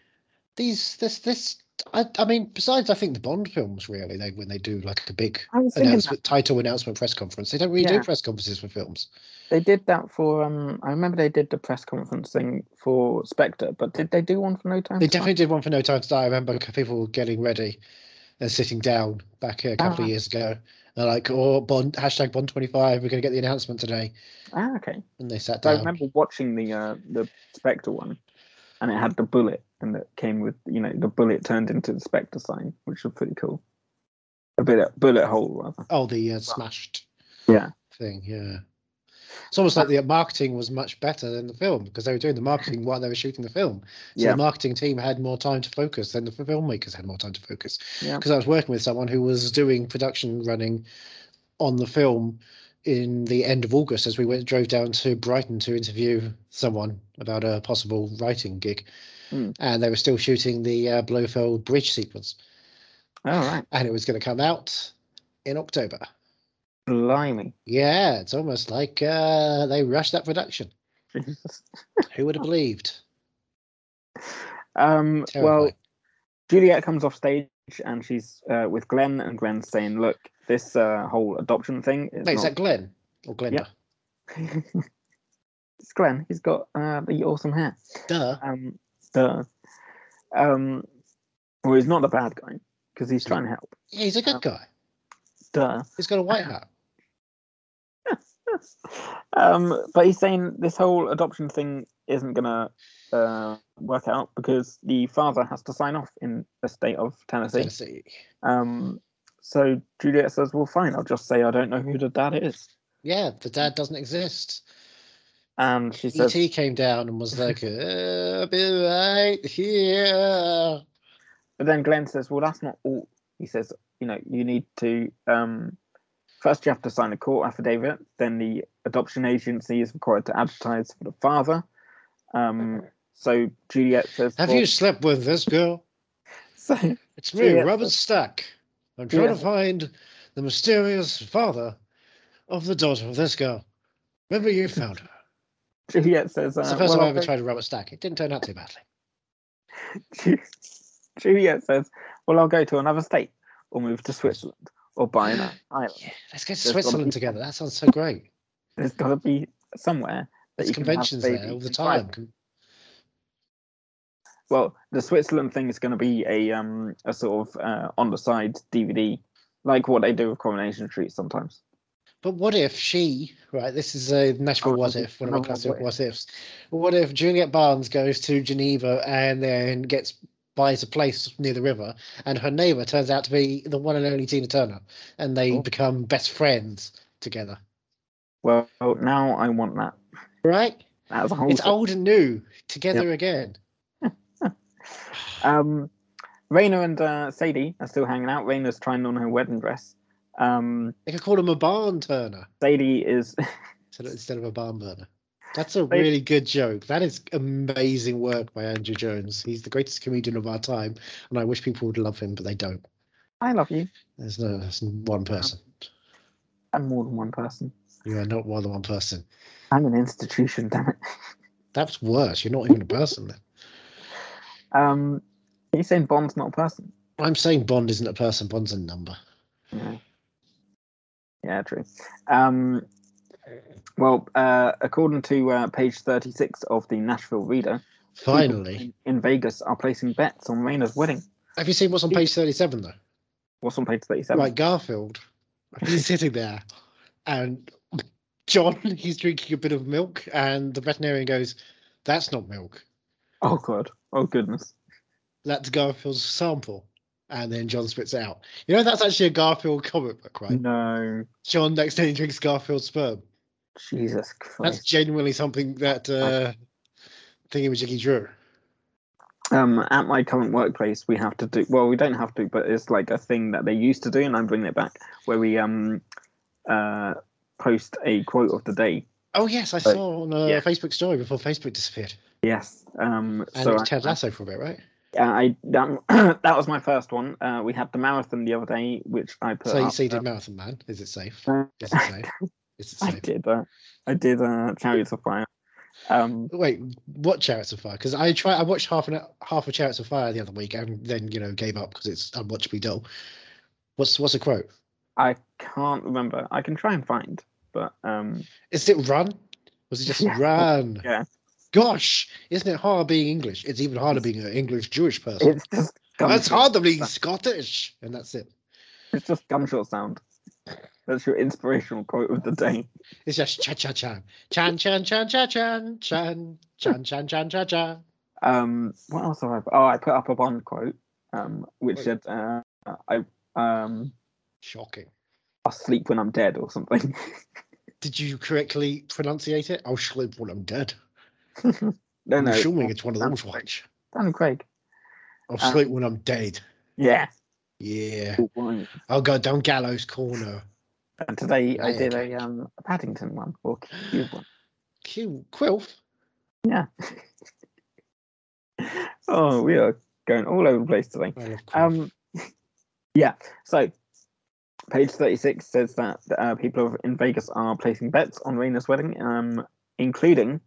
B: these, this, this. I, I mean, besides, I think the Bond films really, they when they do like a big
A: I was thinking that
B: announcement, title announcement press conference, they don't really
A: Yeah.
B: do press conferences for films.
A: they did that for. Um, I remember they did the press conference thing for Spectre, but did they do one for No Time?
B: They
A: to Die?
B: definitely did one for No Time to Die. I remember people getting ready and sitting down back a
A: Ah.
B: couple of years ago. They're like, "Oh, Bond hashtag Bond twenty five. We're going to get the announcement today."
A: Ah, okay.
B: And they sat
A: So I
B: down.
A: remember watching the uh, the Spectre one, and it had the bullet, and it came with you know the bullet turned into the Spectre sign, which was pretty cool. A bullet bullet hole rather.
B: Oh, the uh, smashed.
A: Yeah.
B: Thing, yeah. It's almost like the marketing was much better than the film because they were doing the marketing while they were shooting the film. So
A: Yeah.
B: the marketing team had more time to focus than the filmmakers had more time to focus.
A: Yeah.
B: Because I was working with someone who was doing production running on the film in the end of August as we went drove down to Brighton to interview someone about a possible writing gig.
A: Hmm.
B: And they were still shooting the uh, Blofeld bridge sequence
A: All Oh, right.
B: and it was going to come out in October.
A: Blimey.
B: Yeah, it's almost like uh, they rushed that production.
A: Jesus.
B: Who would have believed?
A: Um, well,
B: Terrifying.
A: Juliet comes off stage and she's uh, with Glenn, and Glenn's saying, "Look, this uh, whole adoption thing is
B: Wait, is
A: not."
B: that Glenn or Glenda?
A: it's Glenn. He's got uh, the awesome hair.
B: Duh.
A: Um, the um, well, he's not the bad guy because he's trying to help.
B: Yeah, he's a
A: Uh,
B: good guy.
A: Duh.
B: He's got a white hat.
A: um, but he's saying this whole adoption thing isn't gonna uh, work out because the father has to sign off in the state of Tennessee.
B: Tennessee.
A: Um, so Juliet says, "Well, fine. I'll just say I don't know who the dad is."
B: Yeah, the dad doesn't exist.
A: And she says,
B: E.T. came down and was like, uh, be right here.
A: but then Glenn says, "Well, that's not all." He says, "You know, you need to um, first you have to sign a court affidavit. Then the adoption agency is required to advertise for the father." Um, so Juliet says,
B: Have
A: "Well,"
B: you slept with this girl?
A: so-
B: It's me,
A: Yeah.
B: Robert Stack. I'm trying
A: Yeah.
B: to find the mysterious father of the daughter of this girl. Remember, you found her.
A: Juliet says, uh,
B: It's the first
A: well,
B: time I
A: I'll
B: ever
A: go-
B: tried a Robert Stack. It didn't turn out too badly.
A: Ju- Juliet says, well, I'll go to another state or move to Switzerland or buy an island.
B: Yeah, let's go
A: There's
B: to
A: gotta
B: Switzerland
A: be-
B: together. That sounds so great.
A: There's got to be somewhere that
B: There's
A: you
B: conventions
A: can have a
B: there
A: baby
B: all the
A: in private.
B: time. Con-
A: Well, the Switzerland thing is going to be a um a sort of uh, on the side DVD, like what they do with Coronation Street sometimes.
B: But what if she, right? This is a Nashville
A: Oh,
B: what
A: okay.
B: if, one of my
A: Another
B: classic
A: what if.
B: what ifs. What if Juliet Barnes goes to Geneva and then gets buys a place near the river, and her neighbor turns out to be the one and only Tina Turner, and they
A: Oh.
B: become best friends together,
A: Well, now I want that.
B: right?
A: That's a whole.
B: It's
A: thing.
B: old and new together again.
A: Um, Raina and uh, Sadie are still hanging out. Raina's trying on her wedding dress. Um,
B: They could call him a barn turner
A: Sadie is
B: instead of- instead of a barn burner. That's a
A: They-
B: really good joke. That is amazing work by Andrew Jones. He's the greatest comedian of our time, and I wish people would love him, but they don't.
A: I love you.
B: There's no there's one person.
A: I'm more than one person.
B: You are not more than one person.
A: I'm an institution, damn it.
B: That's worse. You're not even a person. Then.
A: Um, you saying Bond's not a person?
B: I'm saying Bond isn't a person. Bond's a number.
A: Yeah, yeah true. Um, well, uh, according to uh, page 36 of the Nashville Reader, people
B: Finally,
A: in, in Vegas are placing bets on Raina's wedding.
B: have you seen what's on page 37 though?
A: What's on page 37?
B: Right, Garfield He's sitting there, and John, he's drinking a bit of milk, and the veterinarian goes, "That's not milk.
C: Oh god. Oh goodness.
B: That's Garfield's sample." And then John spits it out. You know that's actually a Garfield comic book,
A: Mm.
B: right?
C: No.
B: John next day drinks Garfield sperm.
C: Jesus
B: That's
C: Christ.
B: genuinely something that uh, Thingamajiggy drew.
A: Um, at my current workplace, we have to do well. We don't have to, but it's like a thing that they used to do, and I'm bringing it back. Where we um, uh, post a quote of the day.
B: Oh yes, I
A: Right.
B: saw on a
A: Yeah.
B: Facebook story before Facebook disappeared,
A: Yes. Um,
B: and
A: so
B: it was
A: I-
B: Ted Lasso for a bit, right?
A: I, I um, that was my first one. Uh, we had the marathon the other day, which I put.
B: So you
A: up,
B: say you
A: uh,
B: did Marathon Man. Is it safe?
A: Uh,
B: Is it safe? Is it
A: I
B: safe?
A: did. Uh, I did uh, chariots of fire. Um,
B: Wait, what Chariots of Fire? Because I try, I watched half an half of Chariots of Fire the other week, and then you know gave up because it's unwatchably dull. What's what's a quote?
A: I can't remember. I can try and find, but um,
B: Is it run? Was it just
A: Yeah.
B: run?
A: Yeah.
B: Gosh, isn't it hard being English? It's even harder being an English Jewish person.
A: it's just
B: It's
A: gunshot.
B: harder being Scottish, and that's it.
A: It's just gunshot sound. That's your inspirational quote of the day.
B: It's just cha cha chan. Chan chan chan cha chan chan chan chan chan cha cha.
A: Um, what else have I? Oh, I put up a Bond quote, um, which
B: Wait.
A: said, uh, "I um,
B: Shocking.
A: I'll sleep when I'm dead" or something.
B: Did you correctly pronunciate it? I'll sleep when I'm dead.
A: no,
B: I'm
A: no,
B: assuming it's one of
A: um,
B: those ones.
A: Dan Craig.
B: I'll
A: um,
B: sleep when I'm dead.
A: Yeah.
B: Yeah.
A: Good one.
B: I'll go down Gallows Corner.
A: And today I
B: Yeah,
A: did
B: okay.
A: a um a Paddington one or Cube one.
B: Q Quilf.
A: Oh, we are going all over the place today.
B: I love Quilf.
A: Um, yeah. So, page thirty-six says that uh, people of- in Vegas are placing bets on Raina's wedding, um, including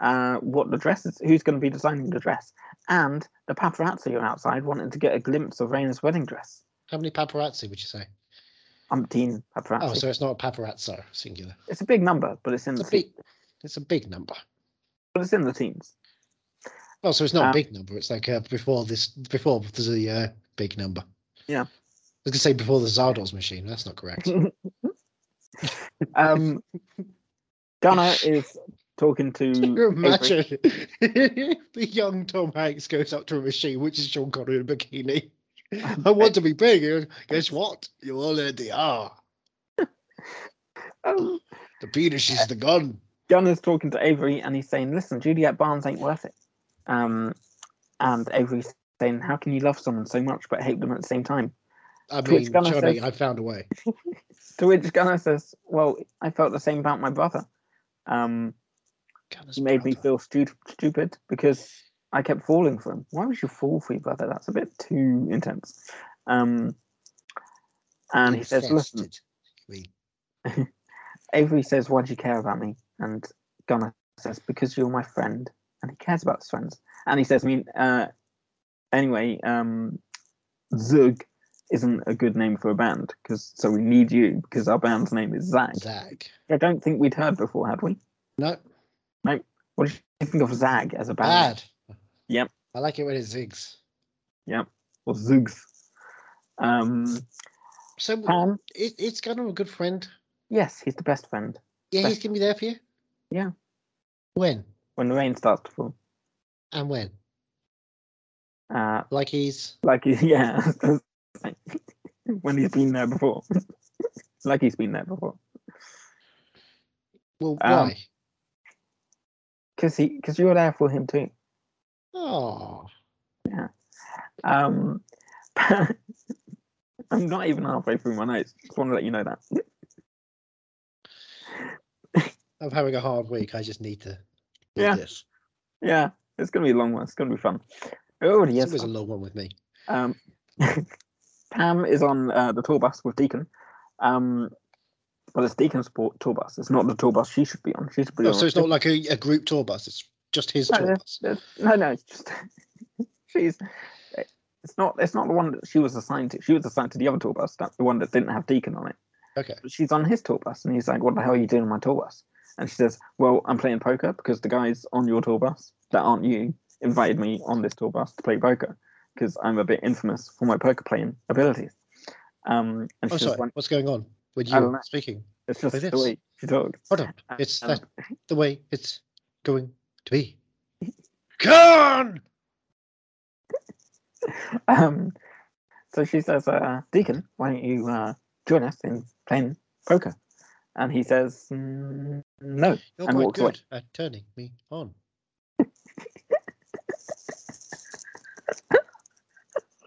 A: uh, what the dress is, who's going to be designing the dress, and the paparazzi are outside wanting to get a glimpse of Raina's wedding dress.
B: How many paparazzi would you say?
A: Umpteen paparazzi.
B: Oh, so it's not a paparazzo singular.
A: It's a big number, but it's in the
B: It's a
A: te-
B: big it's a big number.
A: but it's in the teens.
B: Oh, so it's not
A: Um,
B: a big number. It's like uh, before this, before the uh, big number.
A: Yeah. Mm,
B: I was gonna say before the Zardos machine. That's not correct.
A: Um, Gunnar is talking to
B: Can you
A: Avery.
B: imagine if the young Tom Hanks goes up to a machine, which is Sean Connery in a bikini? I want to be big. He goes, Guess what? You already are.
A: Um,
B: The penis is the gun.
A: Gunner's talking to Avery and he's saying, Listen, Juliet Barnes ain't worth it. Um, and Avery's saying, How can you love someone so much but hate them at the same time?
B: I
A: Twitch
B: mean,
A: Gunner
B: Johnny,
A: says-
B: I found a way.
A: To which Gunner says, Well, I felt the same about my brother. Um,
B: Gunner's
A: he made me
B: brother.
A: feel stu- stupid because I kept falling for him. Why would you fall for your brother? That's a bit too intense. Um, and he says, Listen,
B: Infested. I mean,
A: Avery says, Why do you care about me? And Gunnar says, Because you're my friend. And he cares about his friends. And he says, I mean, uh, anyway, um, Zug isn't a good name for a band. Cause, so we need you because our band's name is Zag.
B: Zag.
A: I don't think we'd heard before, had we?
B: No,
A: What do you think of Zag as a band?
B: bad.
A: Yep.
B: I like it when it zigs.
A: Or Zugs. Um,
B: So
A: Pam?
B: it, it's Gunner a good friend.
A: Yes, he's the best friend.
B: Yeah,
A: Best-
B: he's gonna be there for you.
A: Yeah.
B: When
A: When the rain starts to fall.
B: and when?
A: Uh,
B: Like he's
A: like, yeah. when he's been there before. like he's been there before.
B: well,
A: Um,
B: why?
A: because he because you're there for him too.
B: Oh,
A: Um, I'm not even halfway through my notes. Just want to let you know that.
B: I'm having a hard week. I just need to. do
A: Yeah.
B: This.
A: Yeah, it's gonna be a long one. It's gonna be fun. It already
B: It's
A: is.
B: always a
A: fun.
B: long one with me.
A: Um, Pam is on uh, the tour bus with Deacon. Um, well, it's Deacon's po- tour bus. It's not the tour bus she should be on. She should be
B: Oh,
A: on.
B: so it's not like a, a group tour bus. It's just his
A: No,
B: tour
A: there's-
B: bus.
A: there's- no, no. It's just she's. It's not. It's not the one that she was assigned to. She was assigned to the other tour bus, that the one that didn't have Deacon on it.
B: Okay.
A: she's on his tour bus and he's like, What the hell are you doing on my tour bus? And she says, Well, I'm playing poker because the guys on your tour bus that aren't you invited me on this tour bus to play poker because I'm a bit infamous for my poker playing abilities. Um, and
B: Oh,
A: she says,
B: sorry.
A: "When-
B: What's going on?
A: I
B: when you
A: don't
B: were
A: know.
B: speaking.
A: It's just
B: It
A: the
B: is.
A: way she talks.
B: Hold on. It's
A: Um,
B: that, the way it's going to be. Con!
A: Um, so she says, uh, Deacon, why don't you uh, join us in playing poker? And he says, "Mm, no.
B: You're
A: And
B: quite
A: walks away.
B: good at turning me on.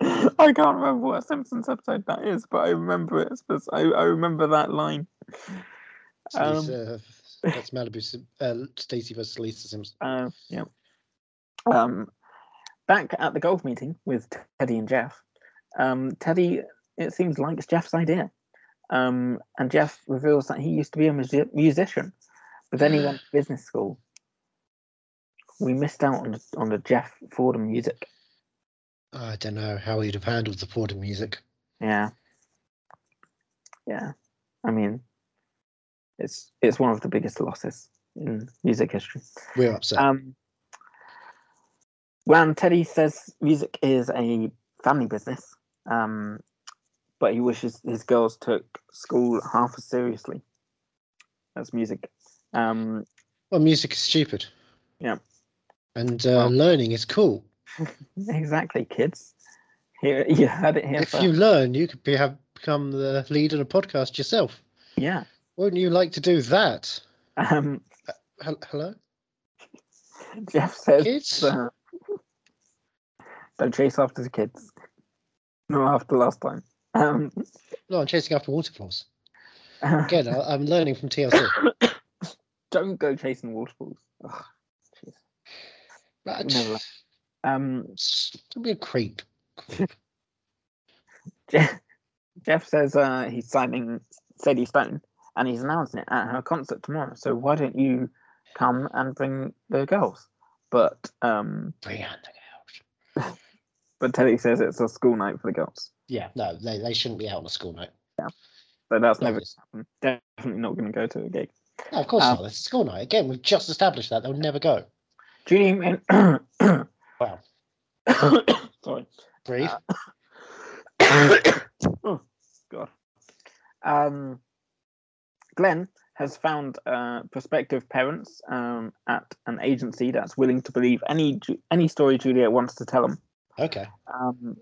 A: I can't remember what Simpsons episode that is, but I remember it. spec- I, I remember that line.
B: It's,
A: Um,
B: uh, that's Malibu, Sim- uh, Stacy versus Lisa Simpson.
A: Uh, yeah. Um, back at the golf meeting with Teddy and Jeff, um, Teddy, it seems, likes Jeff's idea. Um, and Jeff reveals that he used to be a musi- musician, but then he went to business school. We missed out on the, on the Jeff Fordham music.
B: I don't know how he'd have handled the Ford music.
A: Yeah. Yeah. I mean, it's it's one of the biggest losses in music history.
B: We're upset.
A: Um, when Teddy says music is a family business, um, but he wishes his girls took school half as seriously. That's music. Um,
B: well, music is stupid.
A: Yeah.
B: And uh,
A: Well-
B: learning is cool.
A: exactly, kids. Here, you heard it here
B: if
A: first.
B: you learn, you could be, have become the lead in a podcast yourself.
A: Yeah.
B: Wouldn't you like to do that?
A: Um,
B: Hel- Hello,
A: Jeff says,
B: kids.
A: uh, "Don't chase after the kids." Not after last time. Um,
B: No, I'm chasing after waterfalls. Again, I- I'm learning from TLC.
A: don't go chasing waterfalls. Ugh, jeez.
B: Right.
A: Never mind. um,
B: Don't be a creep.
A: Jeff, Jeff says uh, he's signing Sadie Stone and he's announcing it at her concert tomorrow. So why don't you come and bring the girls? But um,
B: Bring on the couch.
A: but Teddy says it's a school night for the girls,
B: Yeah, no, they, they shouldn't be out on a school night.
A: so that's
B: No,
A: never
B: it's-
A: definitely not going to go to a gig.
B: no, Oh, of course
A: Um,
B: not. It's a school night. Again, we've just established that they'll never go.
A: Judy, Man-
B: Wow.
A: sorry,
B: Breathe.
A: Uh, oh god. Um, Glenn has found uh, prospective parents um, at an agency that's willing to believe any Ju- any story Juliet wants to tell them.
B: okay.
A: Um,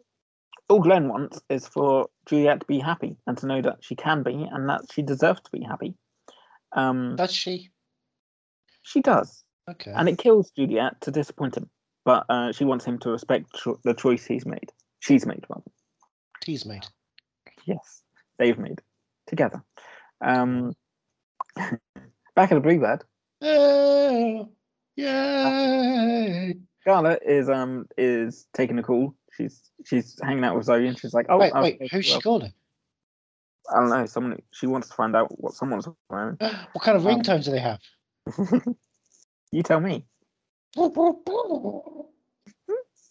A: all Glenn wants is for Juliet to be happy and to know that she can be and that she deserves to be happy. Um,
B: Does she?
A: she does,
B: Okay.
A: and it kills Juliet to disappoint him. But uh, she wants him to respect cho- the choice he's made. She's made, rather.
B: Tease made.
A: Yes, they've made together. Um, back at the Bluebird,
B: Oh, yay.
A: Scarlett is um is taking a call. She's she's hanging out with Zoe, and she's like, "Oh,
B: wait,
A: I'll-
B: wait. Who's she calling?
A: I don't know. Someone she wants to find out what someone's wearing.
B: What kind of
A: Um,
B: ringtone do they have?
A: You tell me.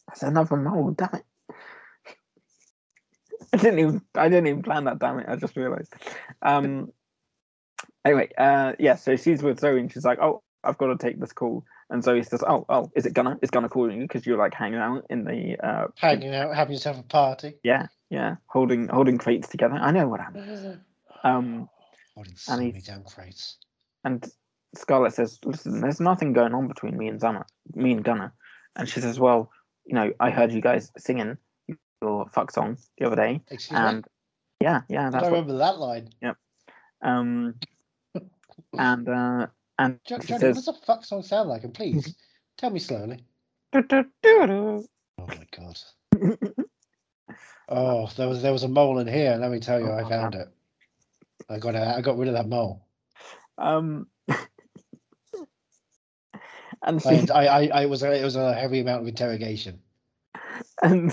A: That's another mole. Damn it! I didn't even I didn't even plan that. Damn it! I just realised. Um. Anyway, uh, yeah. So she's with Zoe, and she's like, "Oh, I've got to take this call." And Zoe says, "Oh, oh, is it gonna? It's gonna call you because you're like hanging out in the uh,
B: Hanging out, having yourself a party.
A: yeah, yeah, holding holding crates together. I know what happened." Um.
B: Holding so
A: and
B: many
A: he's-
B: damn crates.
A: And Scarlett says, "Listen, there's nothing going on between me and Zama, me and Gunnar." And she says, "Well, you know, I heard you guys singing your fuck song the other day,
B: Excuse me.
A: and yeah, yeah,
B: I
A: that's
B: don't
A: what,
B: remember that line.
A: um, and uh, and
B: Jo-
A: she
B: Johnny,
A: says,
B: what does a fuck song sound like? And please tell me slowly.
A: "Do-do-do-do."
B: Oh my god. oh, there was there was a mole in here. Let me tell you,
A: Oh,
B: I
A: wow.
B: found it. I got it. I got rid of that mole.
A: um, and she
B: I, I, I, I it was a, it was a heavy amount of interrogation.
A: and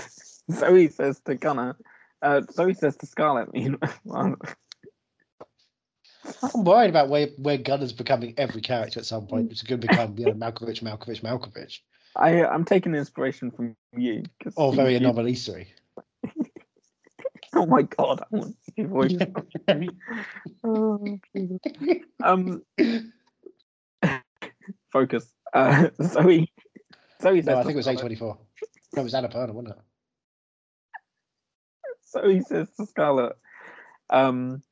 A: Zoe says to Gunnar, uh, Zoe says to Scarlett, um, meanwhile,
B: I'm worried about where where Gunner's becoming every character at some point. It's going to become you know, Malkovich, Malkovich, Malkovich,
A: I I'm taking inspiration from you because
B: or Oh, very
A: you,
B: anomalisary.
A: Oh my god, I want to see your voice. Oh, Jesus. um, focus. Uh, Zoe. Zoe says.
B: no, I
A: to
B: think it was
A: Scarlett-
B: A24. No, it was Annapurna, wasn't it?
A: Zoe says to Scarlett. Um,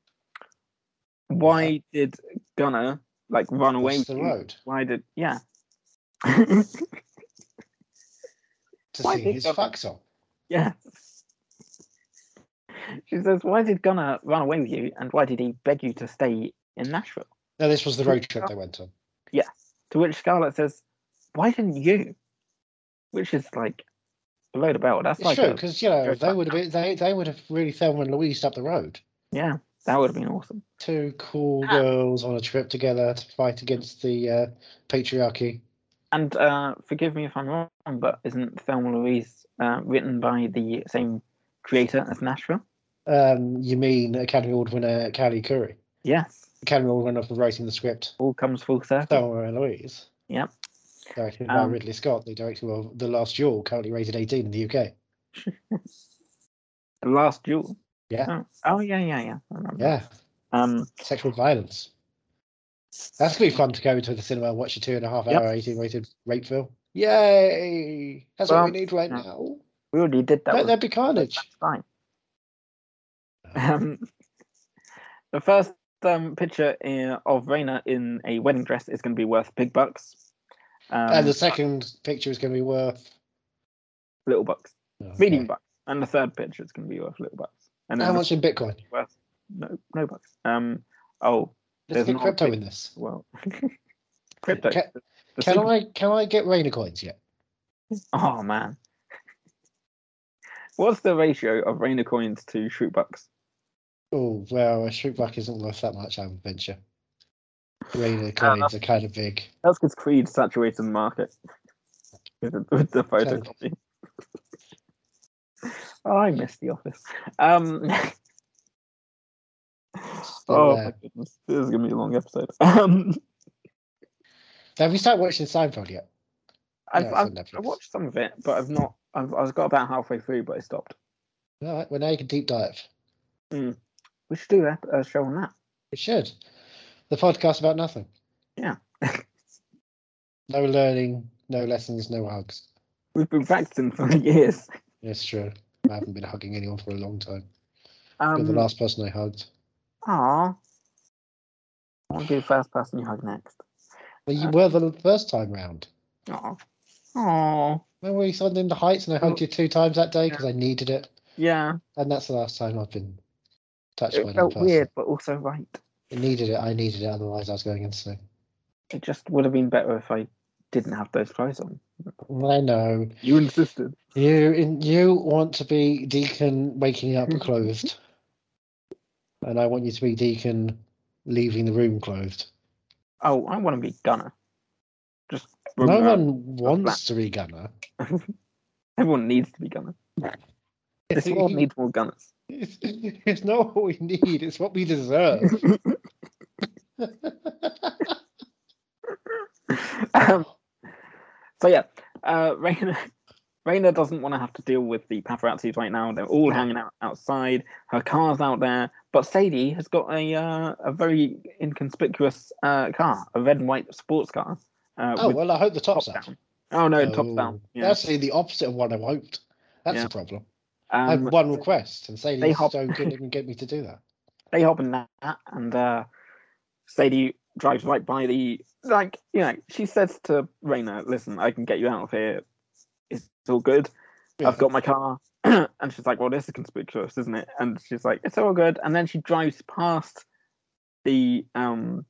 A: Why did Gunner like run away?
B: Cross the
A: with you?
B: road
A: Why did yeah?
B: to
A: Why
B: sing
A: did
B: his
A: Gunner-
B: fucks on.
A: yeah. She says, "Why did Gunner run away with you, and why did he beg you to stay in Nashville?"
B: No, this was the road trip they went on.
A: To which Scarlett says, "Why didn't you?" Which is like a load of bell. That's
B: It's
A: like
B: true
A: a-
B: because you know
A: Goes
B: they
A: back.
B: would have been, they they would have really Thelma and Louise up the road.
A: yeah, that would have been awesome.
B: Two cool
A: Ah.
B: girls on a trip together to fight against the uh, patriarchy.
A: And uh, forgive me if I'm wrong, but isn't Thelma Louise uh, written by the same creator as Nashville?
B: Um, you mean Academy Award winner Callie Curry?
A: Yes,
B: Academy Award winner for writing the script.
A: all comes full circle.
B: Thelma and Louise.
A: Yep.
B: Directed by
A: Um,
B: Ridley Scott, the director of The Last Duel, currently rated 18 in the UK.
A: The Last Duel.
B: Yeah.
A: Oh, oh, yeah, yeah, yeah. I remember.
B: Yeah,
A: Um,
B: sexual violence. That's gonna be fun to go to the cinema and watch a two and a half
A: Yep.
B: hour 18 rated rape film. Yay! That's what
A: Well,
B: we need right
A: yeah.
B: now.
A: we already did that.
B: Let
A: with-
B: there be carnage.
A: that's fine.
B: Uh-huh.
A: Um, the first um, picture in, of Raina in a wedding dress is going to be worth big bucks. Um,
B: and the second picture is gonna be worth oh,
A: little bucks,
B: Okay.
A: medium bucks, and the third picture is going to be worth little bucks, and then
B: How
A: the
B: much in Bitcoin?
A: worth no no bucks. Um, oh, There's
B: Let's get
A: not a
B: crypto
A: big-
B: in this.
A: Well, crypto.
B: Ca-
A: The
B: Can
A: super-
B: I can I get Rainer coins yet?
A: Oh man, what's the ratio of Rainer coins to shoot bucks?
B: Oh well, a shoot buck isn't worth that much. I would venture. Rainer
A: Uh,
B: coins are kind of big.
A: That's because Creed saturated the market with the, with the photocopy. oh, I missed the office. Um,
B: Still
A: oh
B: there.
A: my goodness, this is gonna be a long episode. Um,
B: Have you started watching Seinfeld yet?
A: I've,
B: it's
A: I've,
B: on Netflix.
A: I watched some of it, but I've not. I've, I've got about halfway through, but I stopped.
B: All right. Well, now you can deep dive.
A: We should do that a show on that.
B: We should. The podcast about nothing.
A: Yeah.
B: no learning, no lessons, no hugs.
A: We've been practicing for years.
B: It's true. I haven't been hugging anyone for a long time. You're
A: Um,
B: the last person I hugged.
A: Aw. I want to be the first person you hug next.
B: Well, you
A: uh,
B: were the first time round.
A: Aw. Aw.
B: Remember we signed in the heights and I hugged
A: Oh.
B: you two times that day because I needed it,
A: Yeah.
B: and that's the last time I've been touched by
A: It
B: another
A: felt
B: person.
A: weird, but also right.
B: It needed it. I needed it. Otherwise, I was going insane.
A: It just would have been better if I didn't have those clothes on.
B: I know
A: You insisted.
B: you. In, you want to be Deacon waking up clothed, and I want you to be Deacon leaving the room clothed.
A: Oh, I want to be Gunner. Just. run
B: No
A: around.
B: one wants to be Gunner.
A: Everyone needs to be Gunner. This world needs more Gunners.
B: It's, it's not what we need. It's what we deserve.
A: um, so yeah, uh, Raina, Raina doesn't want to have to deal with the paparazzis right now. They're all hanging out outside. Her car's out there, but Sadie has got a uh, a very inconspicuous uh, car, a red and white sports car. Uh,
B: oh
A: with
B: well, I hope the
A: top
B: top's out.
A: down. Oh no, top
B: Oh,
A: down. Yeah.
B: That's the- the opposite of what I hoped. That's
A: Yeah.
B: the problem. I have
A: Um,
B: one request, and Sadie
A: they
B: is
A: hop-
B: so good at get me to do that.
A: they hop in that, and uh, Sadie drives right by the like. You know, she says to Raina, "Listen, I can get you out of here. It's all good." I've got my car. and she's like, well, this is conspicuous, isn't it? And she's like, it's all good. And then she drives past the, um,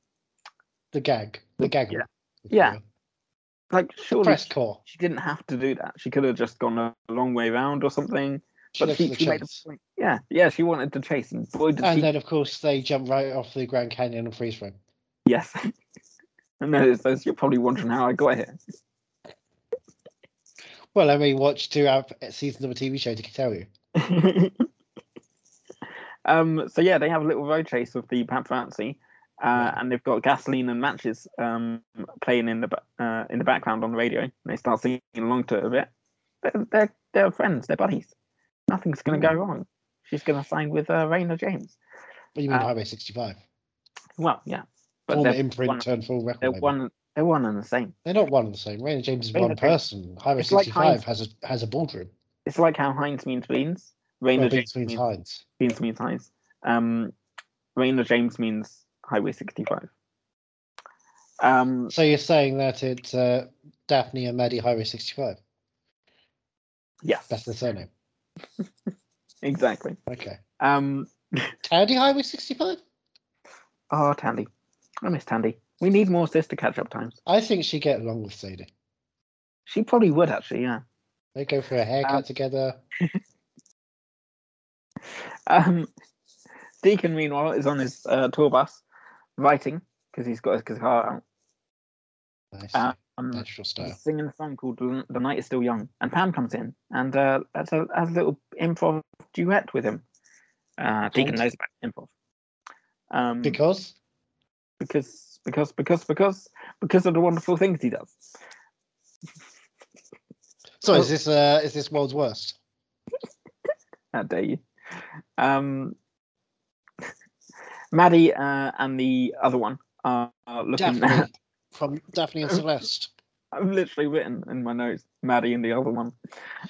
B: the gag, the gag.
A: yeah.
B: if you
A: Yeah.
B: will.
A: like, surely
B: press
A: she,
B: corps.
A: she didn't have to do that. She could have just gone a long way round or something.
B: She
A: but
B: left
A: she,
B: the
A: she made a
B: chase.
A: point. Yeah, yeah, she wanted to chase. And boy, did she.
B: And then, of course, they jump right off the Grand Canyon and freeze frame.
A: Yes. I know, so you're probably wondering how I got here.
B: Well, I mean, watch two out seasons of a TV show to tell you.
A: um, so yeah, they have a little road chase with the paparazzi, uh,
B: Yeah.
A: and they've got gasoline and matches um, playing in the ba- uh, in the background on the radio. And they start singing along to it a bit. They're they're, they're friends. They're buddies. Nothing's gonna go wrong. She's gonna sign with uh, Raina James.
B: What do you mean,
A: Uh,
B: Highway 65?
A: Well, yeah, but
B: Former
A: they're
B: imprint
A: one-
B: turned full record.
A: they're
B: label.
A: one they're one and the same.
B: They're not one and the same. Raina James is
A: Raina
B: one
A: James-
B: person. Highway
A: It's like
B: 65
A: Heinz-
B: has a has a boardroom.
A: It's like how Heinz means beans. Raina
B: Well,
A: James
B: between
A: means
B: Hines.
A: beans means Heinz. Um, Raina James means Highway 65. Um,
B: So you're saying that it's uh, Daphne and Maddie Highway 65?
A: yes,
B: That's the surname.
A: exactly.
B: Okay.
A: Um,
B: Tandy Highway 65?
A: oh, Tandy. I miss Tandy. We need more sister catch up times.
B: I think she get along with Sadie.
A: She probably would, actually, yeah.
B: They go for a haircut
A: Um,
B: together.
A: Um, Deacon, meanwhile, is on his uh, tour bus writing because he's got his guitar
B: Nice.
A: out. Um,
B: Natural style.
A: He's singing a song called "The The Night Is Still Young," and Pam comes in and uh, that's a has a little improv duet with him. Uh, Deacon
B: And-
A: knows about improv um, because
B: Because?
A: because because because because of the wonderful things he does.
B: So
A: Oh.
B: is this uh, is this world's worst?
A: How dare you? Um, Maddie uh, and the other one are are looking.
B: Daphne. From Daphne and Celeste.
A: I've literally written in my notes, Maddie and the other one.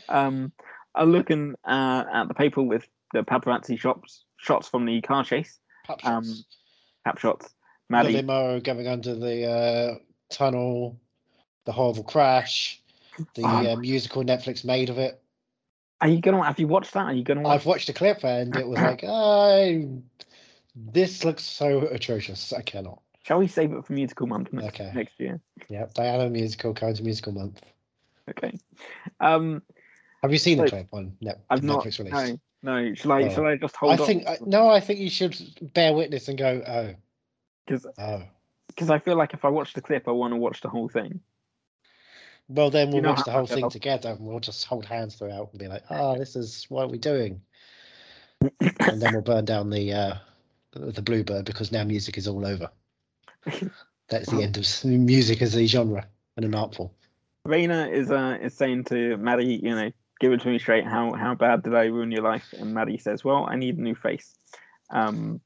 A: Um, I'm looking uh, at the paper with the paparazzi shots, shots from the car chase,
B: Perhaps
A: Um,
B: it's
A: cap shots.
B: the
A: Maddie,
B: limo going under the uh, tunnel, the horrible crash, the
A: Oh.
B: uh, musical Netflix made of it.
A: are you gonna? Have you watched that? Are you gonna watch?
B: I've watched a clip and it was like, I this looks so atrocious. I cannot.
A: Shall we save it for musical month next,
B: Okay.
A: next year?
B: Yeah, Diana musical going to musical month.
A: Okay. Um,
B: Have you seen the
A: So-
B: clip on Net-
A: I've not.
B: Netflix release?
A: No, no. Shall I?
B: Oh.
A: Shall I just hold
B: I
A: on?
B: think I- no. I think you should bear witness and go. Oh,
A: Because
B: oh.
A: because I feel like if I watch the clip, I want to watch the whole thing.
B: Well, then we'll
A: know
B: watch
A: how
B: the whole
A: much I
B: thing
A: love-
B: together, and we'll just hold hands throughout and be like, "Oh, this is what are we doing?" and then we'll burn down the uh, the Bluebird because now music is all over. That's the end of s- music as a genre and an art form.
A: Raina is uh is saying to Maddie, you know, give it to me straight. How how bad did I ruin your life? And Maddie says, well, I need a new face. Um,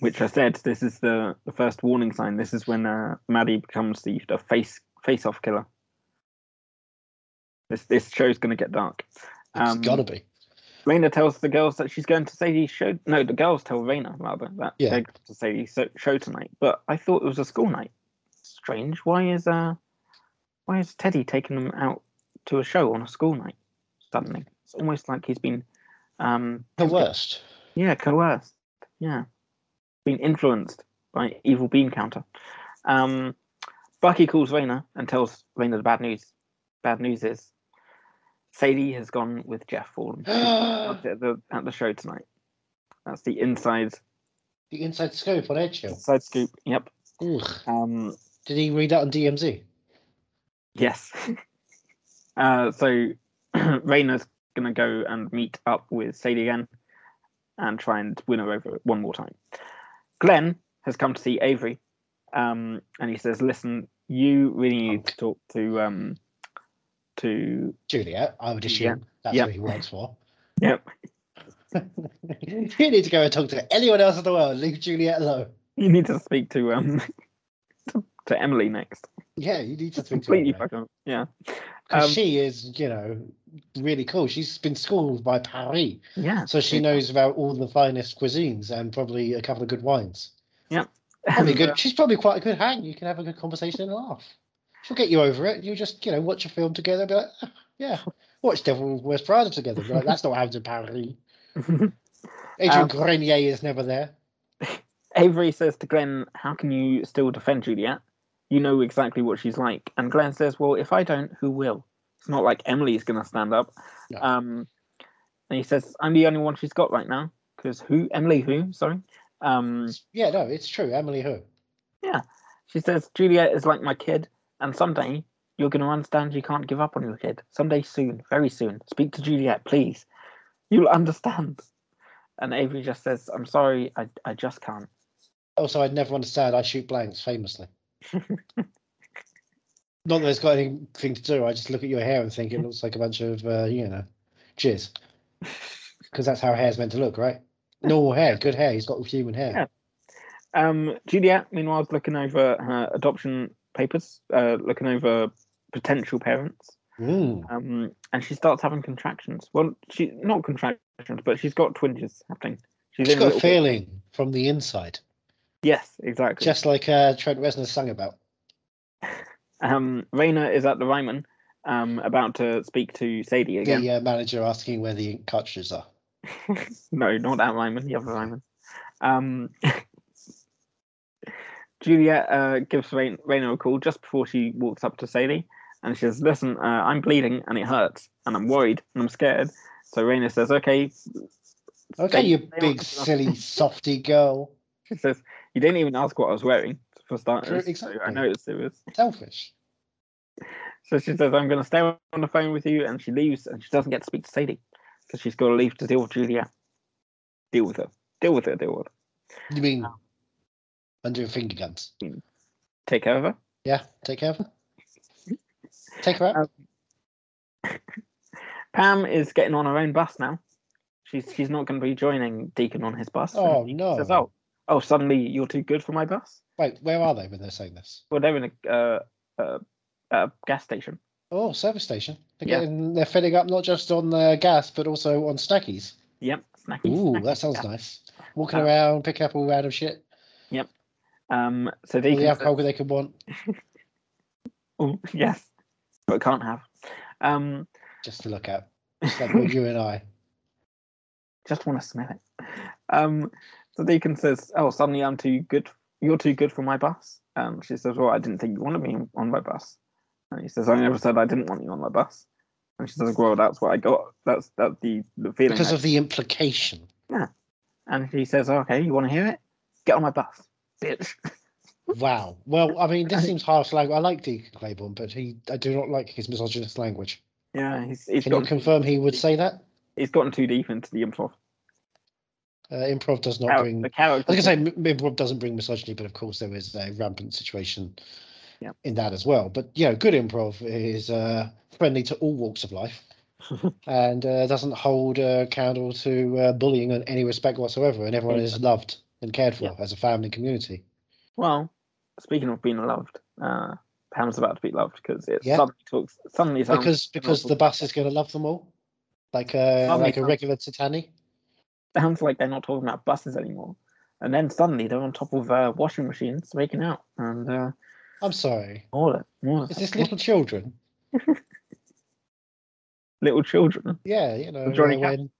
A: which I said, this is the the first warning sign. This is when uh, Maddie becomes the the face face off killer. This this show's gonna get dark.
B: It's
A: Um,
B: gotta be.
A: Raina tells the girls that she's going to Sadie's show. No, the girls tell Raina rather that
B: Yeah.
A: they're going to Sadie's so- show tonight. But I thought it was a school night. Strange. Why is uh, why is Teddy taking them out to a show on a school night suddenly? It's almost like he's been, um,
B: The worst.
A: yeah, coerced. Yeah, been influenced by evil bean counter. Um, Bucky calls Raina and tells Raina the bad news. Bad news is Sadie has gone with Jeff Fordham
B: the
A: at the at the show tonight. That's the inside
B: inside scoop on Edge Hill.
A: inside scoop. Yep.
B: Ugh.
A: Um,
B: Did he read that on DMZ?
A: yes. uh, so Raina's gonna go and meet up with Sadie again and try and win her over one more time. Glenn has come to see Avery, um, and he says, "Listen, you really need to talk to um, to
B: Juliet, I would assume that's
A: Yeah.
B: who he works for.
A: Yep.
B: you need to go and talk to anyone else in the world. Leave Juliet alone.
A: you need to speak to um to, to Emily next."
B: Yeah, you need to speak to
A: Completely
B: her.
A: fucking yeah.
B: Because
A: Um,
B: she is, you know, really cool. She's been schooled by Paris,
A: yeah.
B: so she knows about all the finest cuisines and probably a couple of good wines. Probably
A: And, uh,
B: good. She's probably quite a good hang. You can have a good conversation and laugh. She'll get you over it. You just, you know, watch a film together. And be like, "Ah, yeah, watch Devil Wears Prada together. Be like, that's not happened in Paris. Adrian
A: Um,
B: Grenier is never there.
A: Avery says to Glenn, How can you still defend Juliet? You know exactly what she's like. And Glenn says, Well, if I don't, who will? It's not like Emily's going to stand up.
B: No.
A: Um, and he says, I'm the only one she's got right now. Because who? Emily, who? Sorry. Um,
B: Yeah, no, it's true. Emily who?
A: she says, Juliet is like my kid. And someday you're going to understand you can't give up on your kid. Someday soon, very soon. Speak to Juliet, please. You'll understand. And Avery just says, I'm sorry, I, I just can't.
B: Also, I'd never understand. I shoot blanks famously. Not that it's got anything to do. I just look at your hair and think it looks like a bunch of, uh, you know, jizz. Because that's how hair's meant to look, right? Normal hair, good hair. He's got human hair.
A: Yeah. Um, Juliet, meanwhile, is looking over her adoption papers, uh, looking over potential parents,
B: Mm.
A: um, and she starts having contractions. Well, she not contractions, but she's got twinges happening. She's
B: She's
A: in a
B: got a
A: little bit-
B: feeling from the inside.
A: Yes, exactly.
B: just like uh, Trent Reznor sung about.
A: Um, Raina is at the Ryman, um, about to speak to Sadie again.
B: The uh, manager asking where the cartridges are.
A: no, not that Ryman, the other Ryman. Um, Juliet uh, gives Rain- Raina a call just before she walks up to Sadie, and she says, "Listen, uh, I'm bleeding and it hurts, and I'm worried and I'm scared." So Raina says, "Okay."
B: Okay, you
A: They- they
B: big
A: want-
B: silly softy girl.
A: She says, "You didn't even ask what I was wearing for starters." so I
B: exactly.
A: know it's serious.
B: Selfish.
A: So she says, I'm going to stay on the phone with you. And she leaves and she doesn't get to speak to Sadie because she's got to leave to deal with Julia. Deal with her. Deal with her. Deal with her.
B: You mean under your finger guns?
A: Take care of her.
B: Yeah, take care of her. Take her out.
A: Um, Pam is getting on her own bus now. She's she's not going to be joining Deacon on his bus. And
B: oh
A: he
B: no!
A: says, oh, oh, suddenly you're too good for my bus?
B: Wait, where are they when they're saying this?
A: Well, they're in a, uh, uh, uh, gas station.
B: Oh, service station. They're
A: Yeah.
B: getting, they're filling up not just on the gas but also on stackies.
A: Yep. Snacky.
B: Ooh,
A: snacky,
B: that sounds
A: snacky.
B: nice. Walking
A: Uh,
B: around, picking up all random shit,
A: Um, so
B: all
A: Deacon.
B: the
A: says-
B: alcohol they could want.
A: oh, yes. But can't have. Um,
B: just to look at, just like with you and I.
A: just want to smell it. Um, so Deacon says, "Oh, suddenly I'm too good. You're too good for my bus." Um, she says, "Well, I didn't think you wanted me on my bus." And he says, "I never said I didn't want you on my bus." And she says, "Well, that's what I got. That's that's the the feeling."
B: Because
A: I-"
B: of the implication.
A: and he says, "Okay, you want to hear it? Get on my bus, bitch."
B: Wow. Well, I mean, this seems harsh language. I like Deacon Claiborne, but he, I do not like his misogynist language.
A: Yeah, he's he's
B: Can you
A: gotten,
B: confirm he would say that?
A: he's gotten too deep into the improv.
B: Uh, improv does not
A: Char-
B: bring.
A: the
B: I
A: character.
B: was going to say m- improv doesn't bring misogyny, but of course there is a rampant situation
A: Yep.
B: in that as well. But you know, good improv is uh, friendly to all walks of life, and uh, doesn't hold uh, candle to uh, bullying in any respect whatsoever. And everyone is loved and cared for
A: Yeah.
B: as a family and community.
A: Well, speaking of being loved, uh, Pam's about to be loved because it
B: Yeah.
A: suddenly talks. Suddenly, sounds
B: because because the bus is going to love them all, like a
A: Lovely
B: like a
A: song.
B: regular Titani.
A: sounds like they're not talking about buses anymore. And then suddenly they're on top of uh, washing machines making out and uh,
B: I'm sorry,
A: all that. All that.
B: is this little children?
A: little children.
B: Yeah, you know
A: Or Johnny
B: uh, when.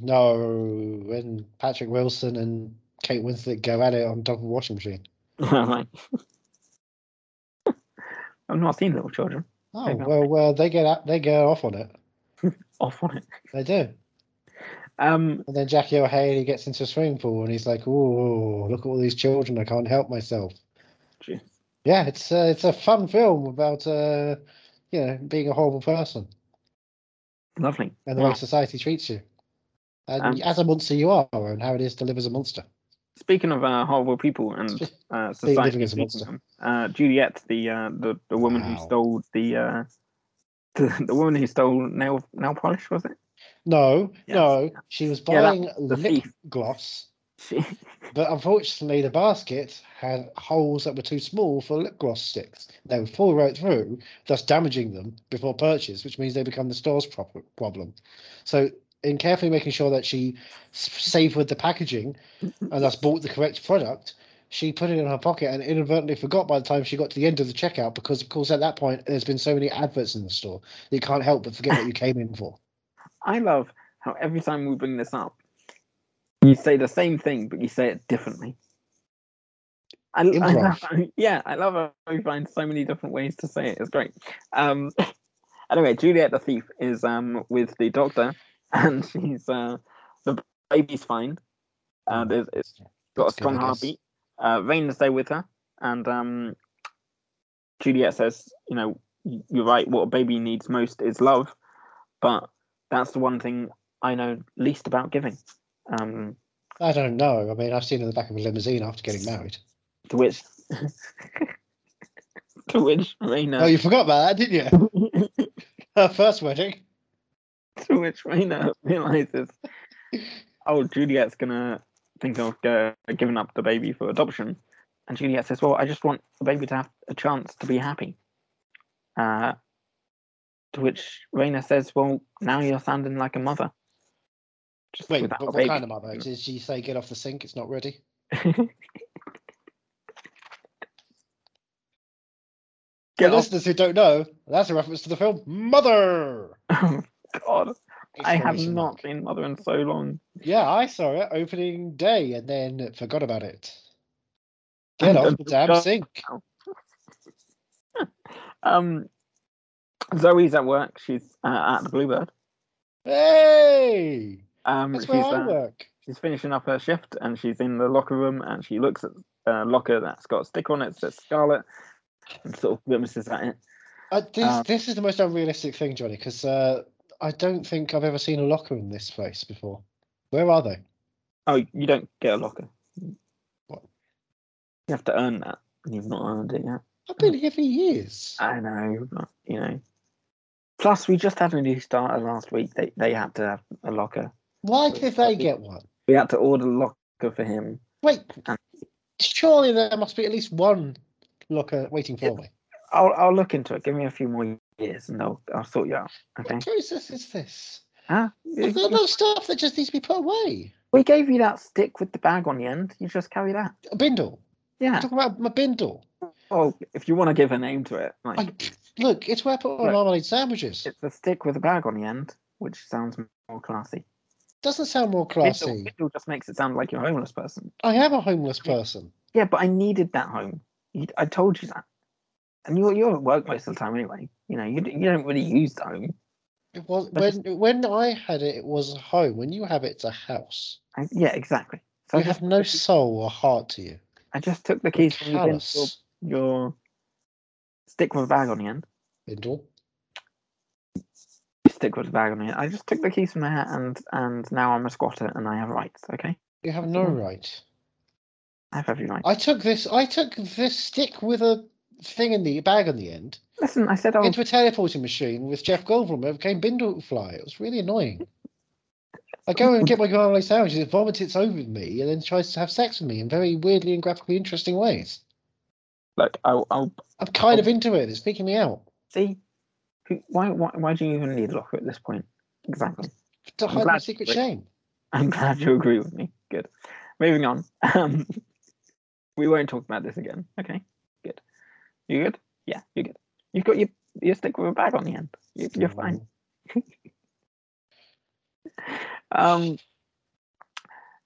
B: No, when Patrick Wilson and Kate Winslet go at it on top of a washing machine.
A: I'm like, I've not seen little children
B: Oh
A: Maybe I'll
B: well, well they get out, they go off on it.
A: off on it.
B: They do,
A: Um,
B: and then Jackie O'Haley gets into a swimming pool and he's like, "Oh, look at all these children! I can't help myself."
A: Jeez.
B: Yeah, it's uh, it's a fun film about uh, you know being a horrible person.
A: lovely.
B: and the
A: Wow.
B: way society treats you. And
A: Um,
B: as a monster you are, and how it is to live as a monster.
A: Speaking of uh, horrible people and uh,
B: Steve
A: society,
B: Living is a
A: treating
B: monster.
A: them, uh, Juliet, the, uh, the the woman who
B: Wow.
A: stole the, uh, the the woman who stole nail nail polish was it?
B: No,
A: Yes.
B: no, she was
A: Yeah, that-
B: buying
A: the
B: lip
A: thief.
B: gloss,
A: She,
B: but unfortunately the basket had holes that were too small for lip gloss sticks. They would fall right through, thus damaging them before purchase, which means they become the store's prob- problem. So, in carefully making sure that she s- savoured the packaging and thus bought the correct product, she put it in her pocket and inadvertently forgot by the time she got to the end of the checkout because, of course, at that point there's been so many adverts in the store that you can't help but forget what you came in for.
A: I love how every time we bring this up, you say the same thing, but you say it differently. I, I love, yeah, I love how we find so many different ways to say it. It's great. Um, anyway, Juliet the thief is um with the doctor, and she's uh the baby's fine, and it's, it's got a
B: That's good,
A: strong
B: I guess.
A: heartbeat. Uh, Raina's there with her, and um, Juliet says, you know, y- you're right. What a baby needs most is love, but that's the one thing I know least about giving. Um,
B: I don't know. I mean, I've seen her in the back of a limousine after getting married.
A: to which, to which Raina,
B: Oh, you forgot about that, didn't you? Her first wedding.
A: to which Raina realizes, oh, Juliet's gonna think of uh, giving up the baby for adoption, and Juliet says, well, I just want the baby to have a chance to be happy. Uh, to which Raina says, well, now you're sounding like a mother. Just
B: Wait,
A: without a
B: but what
A: baby.
B: kind of mother? Did she say get off the sink? It's not ready. For
A: Get off.
B: listeners who don't know, that's a reference to the film Mother.
A: Oh, God. I have
B: Exclamation mark.
A: not seen Mother in so long.
B: Yeah, I saw it opening day and then forgot about it. Get
A: And
B: off
A: then
B: the damn
A: forgot.
B: sink.
A: Um, Zoe's at work. She's uh, at the Bluebird.
B: Hey,
A: Um,
B: that's
A: she's,
B: where I
A: uh,
B: work.
A: she's finishing up her shift and she's in the locker room and she looks at a locker that's got a stick on it that says Scarlet and sort of grimaces at it.
B: Uh, this
A: Um,
B: this is the most unrealistic thing, Johnny, because uh, I don't think I've ever seen a locker in this place before. Where are they?
A: Oh, you don't get a locker.
B: What?
A: You have to earn that. and You've not earned it yet.
B: I've been here for years.
A: I know, but you know. Plus, we just had a new starter last week. They they had to have a locker.
B: Why did they get one?
A: We had to order a locker for him.
B: Wait,
A: Um,
B: surely there must be at least one locker waiting for me.
A: I'll I'll look into it. Give me a few more years, and I'll I'll sort you out. Okay.
B: What process is this?
A: Huh?
B: I've got no stuff that just needs to be put away.
A: We gave you that stick with the bag on the end. You just carry that.
B: A bindle. I'm
A: Yeah.
B: talking about my bindle.
A: Well, if you want to give a name to it, like
B: I, look, it's where I put all my
A: Look.
B: marmalade sandwiches.
A: it's a stick with a bag on the end, which sounds more classy.
B: Doesn't sound more
A: Bindle,
B: classy.
A: bindle just makes it sound like you're a homeless person.
B: I am a homeless person.
A: Yeah, but I needed that home. You- I told you that. And you're you're at work most of the time anyway. You know, you d- you don't really use the home.
B: It was
A: But
B: when when I had it, it was a home. When you have it, it's a house.
A: I, yeah, exactly. So
B: You
A: I just
B: have no soul or heart to you.
A: I just took the keys from your, bin- your
B: Callous.
A: your stick with a bag on the end.
B: Bindle.
A: Stick with a bag on the end. I just took the keys from there, and and now I'm a squatter and I have rights. Okay,
B: You have no right.
A: I have every right.
B: I took this. I took this stick with a thing in the bag on the end
A: Listen, I said I'll.
B: into a teleporting machine with Jeff Goldblum. It became Bindlefly. It was really annoying. I go and get my marmalade sandwiches. It vomits over me and then tries to have sex with me in very weirdly and graphically interesting ways.
A: Look, I'll. I'll
B: I'm kind of into it. It's freaking me out.
A: see. Who- Why, why why do you even need a locker at this point? Exactly.
B: To
A: I'm
B: hide my
A: glad-
B: secret
A: wait.
B: shame.
A: I'm glad you agree with me. Good. Moving on. Um, we won't talk about this again. Okay. Good. You good? Yeah, you're good. You've got your your stick with a bag on the end. You, you're fine. Um,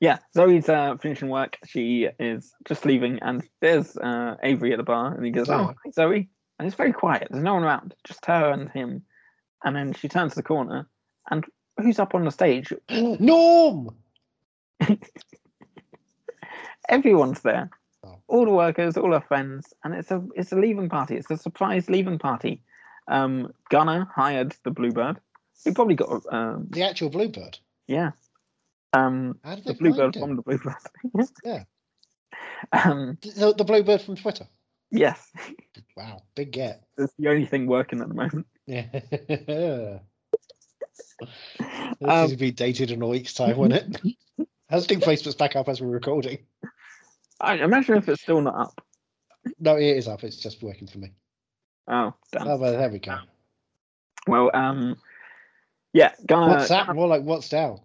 A: yeah. Zoe's uh, finishing work. She is just leaving, and there's uh, Avery at the bar, and he goes, "Oh,
B: Zoe.
A: hi, Zoe." And it's very quiet. There's no one around. Just her and him. And then she turns the corner, and who's up on the stage?
B: Norm.
A: Everyone's there.
B: Oh.
A: All the workers, all her friends, and it's a it's a leaving party. It's a surprise leaving party. Um, Gunner hired the Bluebird. He probably got um,
B: The actual bluebird.
A: yeah. Um,
B: How did
A: the
B: they
A: Bluebird
B: find him?
A: from the Bluebird.
B: Yeah.
A: Um,
B: The, the bluebird from Twitter.
A: yes,
B: Wow, big get.
A: it's the only thing working at the moment.
B: Yeah. this
A: Um,
B: is to be dated in a week's time, won't it? Has New Facebook's back up as we're recording?
A: I imagine if it's still not up.
B: No, it is up. It's just working for me.
A: Oh, damn.
B: Oh, well, there we go.
A: Well, um, yeah, Gunner
B: What's up? More like what's down?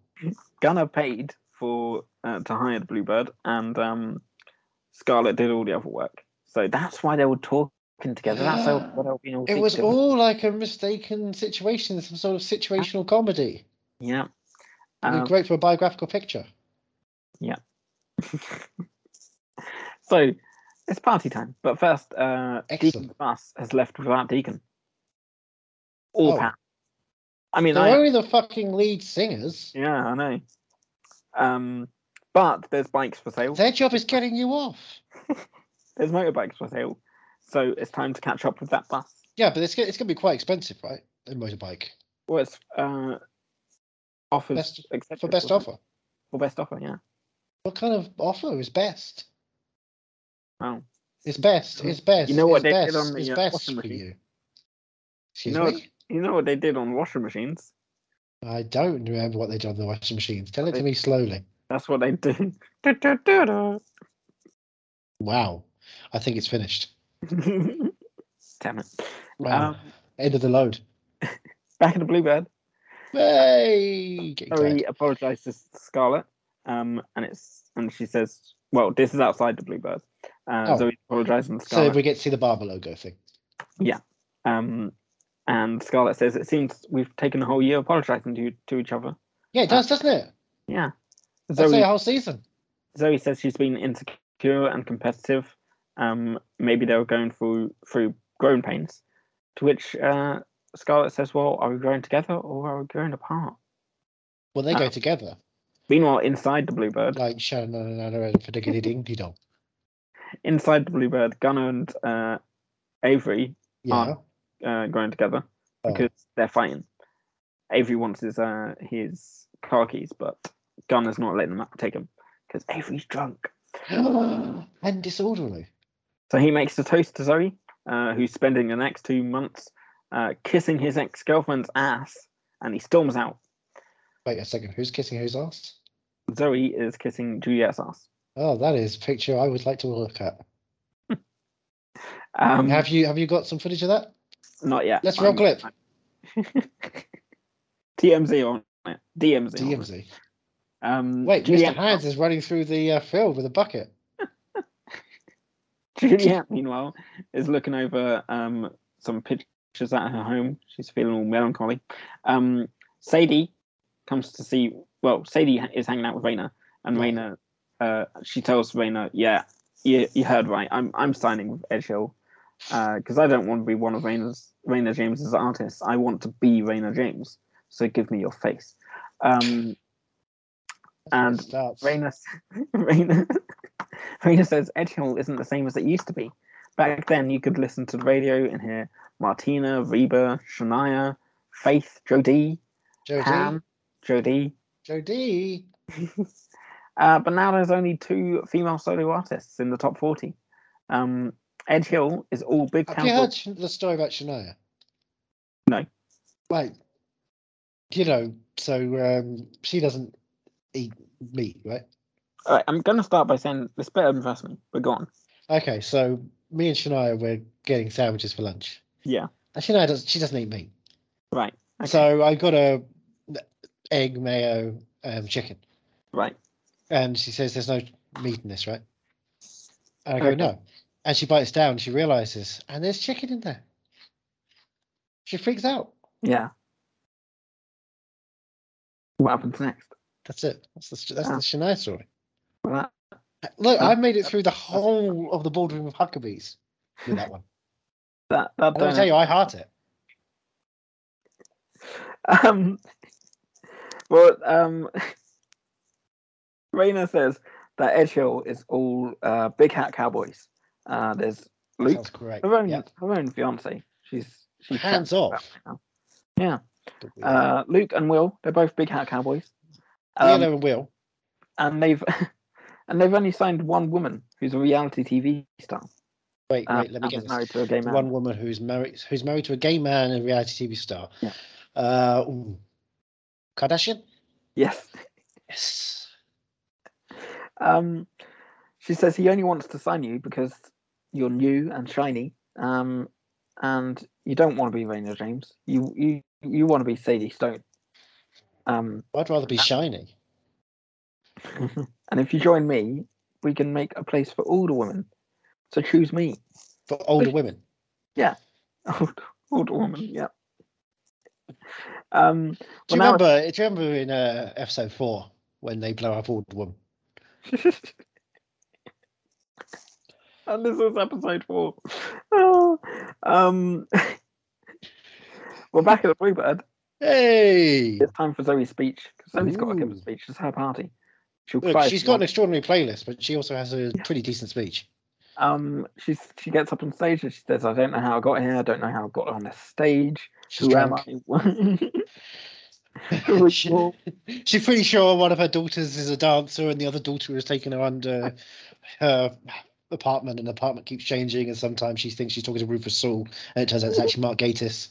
A: Gunner paid for uh, to hire the Bluebird, and um, Scarlet did all the other work. So that's why they were talking together. That's how what I've been all
B: It was
A: secretive.
B: all like a mistaken situation, some sort of situational comedy.
A: Yeah.
B: It'd be
A: Um,
B: great for a biographical picture.
A: so it's party time, but first, uh, Deacon
B: Excellent.
A: Bass has left without Deacon or
B: Oh.
A: Pat. I mean,
B: They're
A: I,
B: only the fucking lead singers.
A: yeah, I know. Um, but there's bikes for sale.
B: Their job is getting you off.
A: There's motorbikes for sale. So it's time to catch up with that bus.
B: Yeah, but it's go- it's gonna be quite expensive, right? A motorbike
A: Well, it's uh, offers
B: Best-
A: accepted,
B: for best
A: wasn't it?
B: offer.
A: For best offer, yeah.
B: What kind of offer is best?
A: Oh.
B: It's best. It's best.
A: You know what
B: it's
A: they did
B: best,
A: on the,
B: it's
A: uh,
B: best
A: washing
B: for
A: machine?
B: you. Excuse
A: know what-
B: me.
A: You know what they did on washing machines?
B: I don't remember what they did on the washing machines. Tell it
A: They-
B: to me slowly.
A: That's what they do. Du-du-du-du.
B: Wow, I think it's finished.
A: Damn it.
B: Wow,
A: Um,
B: end of the load.
A: back in the Bluebird,
B: Hey, getting
A: Zoe
B: tired.
A: apologises to Scarlett, um, and it's and she says Well, this is outside the Bluebird. Uh,
B: Oh.
A: Zoe apologised and
B: So
A: Scarlet.
B: we get to see the Barber logo thing.
A: um, and Scarlet says, "It seems we've taken a whole year apologising to to each other."
B: Yeah, it does, doesn't it?
A: Yeah.
B: That's
A: Uh, Zoe
B: the whole season.
A: Zoe says she's been insecure and competitive. Um, maybe they were going through through growing pains. To which uh, Scarlet says, "Well, are we growing together or are we growing apart?"
B: Well, they go
A: Ah.
B: together,
A: Meanwhile, inside the Bluebird,
B: like Shannon and Anna and Fidiggy Ding Dong.
A: inside the Bluebird, Gunnar and uh, Avery
B: Yeah.
A: Ah. uh, growing together
B: Oh.
A: because they're fighting. Avery wants his uh, his car keys, but Gunner's not letting them take them because Avery's drunk.
B: and disorderly.
A: So he makes a toast to Zoe, uh, who's spending the next two months uh, kissing his ex girlfriend's ass, and he storms out.
B: Wait a second, who's kissing whose ass?
A: Zoe is kissing Juliet's ass.
B: Oh, that is a picture I would like to look at.
A: Um,
B: have you have you got some footage of that?
A: Not yet.
B: Let's roll clip.
A: TMZ on it. DMZ. On it.
B: DMZ.
A: Um,
B: Wait, Mr.
A: Juliet-
B: Hands is running through the uh, field with a bucket.
A: Juliet, meanwhile, is looking over um, some pictures at her home. She's feeling all melancholy. Um, Sadie comes to see. Well, Sadie is hanging out with Raina, and
B: Right.
A: Raina, uh, she tells Raina, "Yeah, you, you heard right. I'm I'm signing with Edge Hill because I don't want to be one of Raina's Raina James's artists. I want to be Raina James. So give me your face." Um,
B: That's where it
A: And
B: starts.
A: Raina, Raina, Raina says Edgehill isn't the same as it used to be. Back then, you could listen to the radio and hear Martina, Reba, Shania, Faith, Jodie,
B: Jodie.
A: Pam, Jodie.
B: Jodie.
A: Uh, but now there's only two female solo artists in the top 40. Um, Edgehill is all big
B: Have you heard
A: council.
B: Shan- the story about Shania?
A: No.
B: Like, you know, so um, she doesn't eat meat, right?
A: All right, I'm going to start by saying this better impress me. We're gone.
B: Okay, so me and Shania were getting sandwiches for lunch.
A: Yeah.
B: And Shania does she doesn't eat meat.
A: Right. Okay.
B: So I got a egg, mayo, um, chicken.
A: right.
B: And she says there's no meat in this, right? And I go,
A: Okay.
B: no. And she bites down, she realizes, and there's chicken in there. She freaks out.
A: Yeah. What happens next?
B: That's it. That's the, that's
A: Ah.
B: the Shania story.
A: Well, that
B: Look,
A: Ah.
B: I made it through the whole of the boardroom of Huckabees with that one.
A: that, that
B: And I'll
A: donut-
B: tell you, I heart it.
A: Um, well, um, Raina says that Edge Hill is all uh, big hat cowboys. Uh, there's Luke,
B: Sounds great.
A: her own,
B: Yeah.
A: her own fiance. She's she's
B: Hands off.
A: Yeah.
B: But we-
A: Uh, Luke and Will, they're both big hat cowboys, um,
B: Leo and Will.
A: and they've and they've only signed one woman who's a reality TV star.
B: Wait,
A: um,
B: wait, let me
A: and
B: get
A: is
B: this.
A: married to a gay
B: The
A: man.
B: one woman who's married, who's married to a gay man and a reality TV star.
A: Yeah.
B: Uh, ooh. Kardashian.
A: Yes.
B: Yes.
A: Um, she says he only wants to sign you because you're new and shiny, um, and you don't want to be Raina James. You you you want to be Sadie Stone. Um,
B: I'd rather be shiny.
A: and if you join me, we can make a place for all the women. So choose me,
B: for older women.
A: old old woman. Yeah. Um,
B: Do you
A: well, now
B: remember? Do you remember in uh, episode four when they blow up older woman?
A: it's- and this was episode four. Oh, um, we're back at the Bluebird.
B: Hey,
A: It's time for Zoe's speech. 'cause Zoe's got to give
B: Ooh.
A: a speech. It's her party. She'll
B: look,
A: cry. if
B: she's
A: she
B: got an
A: wants.
B: extraordinary playlist, but she also has a pretty decent speech.
A: Um, she's she gets up on stage and she says, "I don't know how I got here. I don't know how I got on this stage.
B: She's
A: Who
B: drunk.
A: am I?"
B: She- she's pretty sure one of her daughters is a dancer, and the other daughter has taken her under her apartment, and the apartment keeps changing. And sometimes she thinks she's talking to Rufus Saul, and it turns out it's actually Mark Gatiss.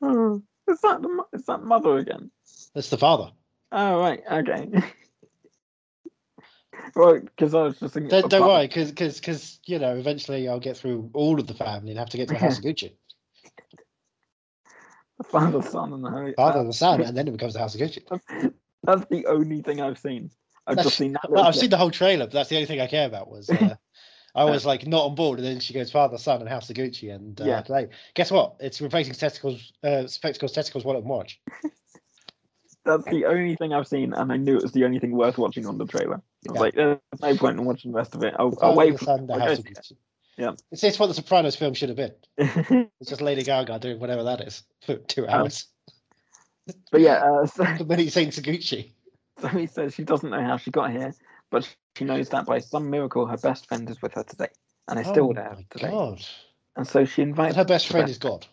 A: Oh, is that the mo- is that mother again?
B: That's the father.
A: Oh right, okay. well, because I was just thinking.
B: Don't, don't
A: about-
B: worry, because because you know eventually I'll get through all of the family and have to get to the house of Gucci.
A: the Father, son, and the Holy.
B: Father and the son, and then it becomes the house of Gucci.
A: that's, that's the only thing I've seen. I've
B: That's-
A: just seen that.
B: Well,
A: little
B: I've
A: bit.
B: seen the whole trailer, but that's the only thing I care about was uh, I was like not on board, and then she goes father, son, and House of Gucci, and uh,
A: Yeah.
B: play. Guess what? It's replacing testicles, uh, spectacles, testicles, wallet, and watch.
A: That's the only thing I've seen, and I knew it was the only thing worth watching on the trailer. I was
B: Yeah.
A: like, there's no point in watching the rest of it. I'll, I'll
B: Father,
A: wait.
B: the son, the
A: I'll go
B: House of
A: see
B: Gucci.
A: Yeah.
B: it's, it's what the Sopranos film should have been.
A: for-
B: It's just Lady Gaga doing whatever that is for two
A: Um,
B: hours.
A: but yeah, uh, so,
B: the minute he's saying Gucci.
A: so he says she doesn't know how she got here, but she knows that by some miracle her best friend is with her today, and is still
B: Oh
A: there
B: my
A: today.
B: God.
A: And so she
B: And
A: invites
B: her best
A: her
B: friend
A: best-
B: is God.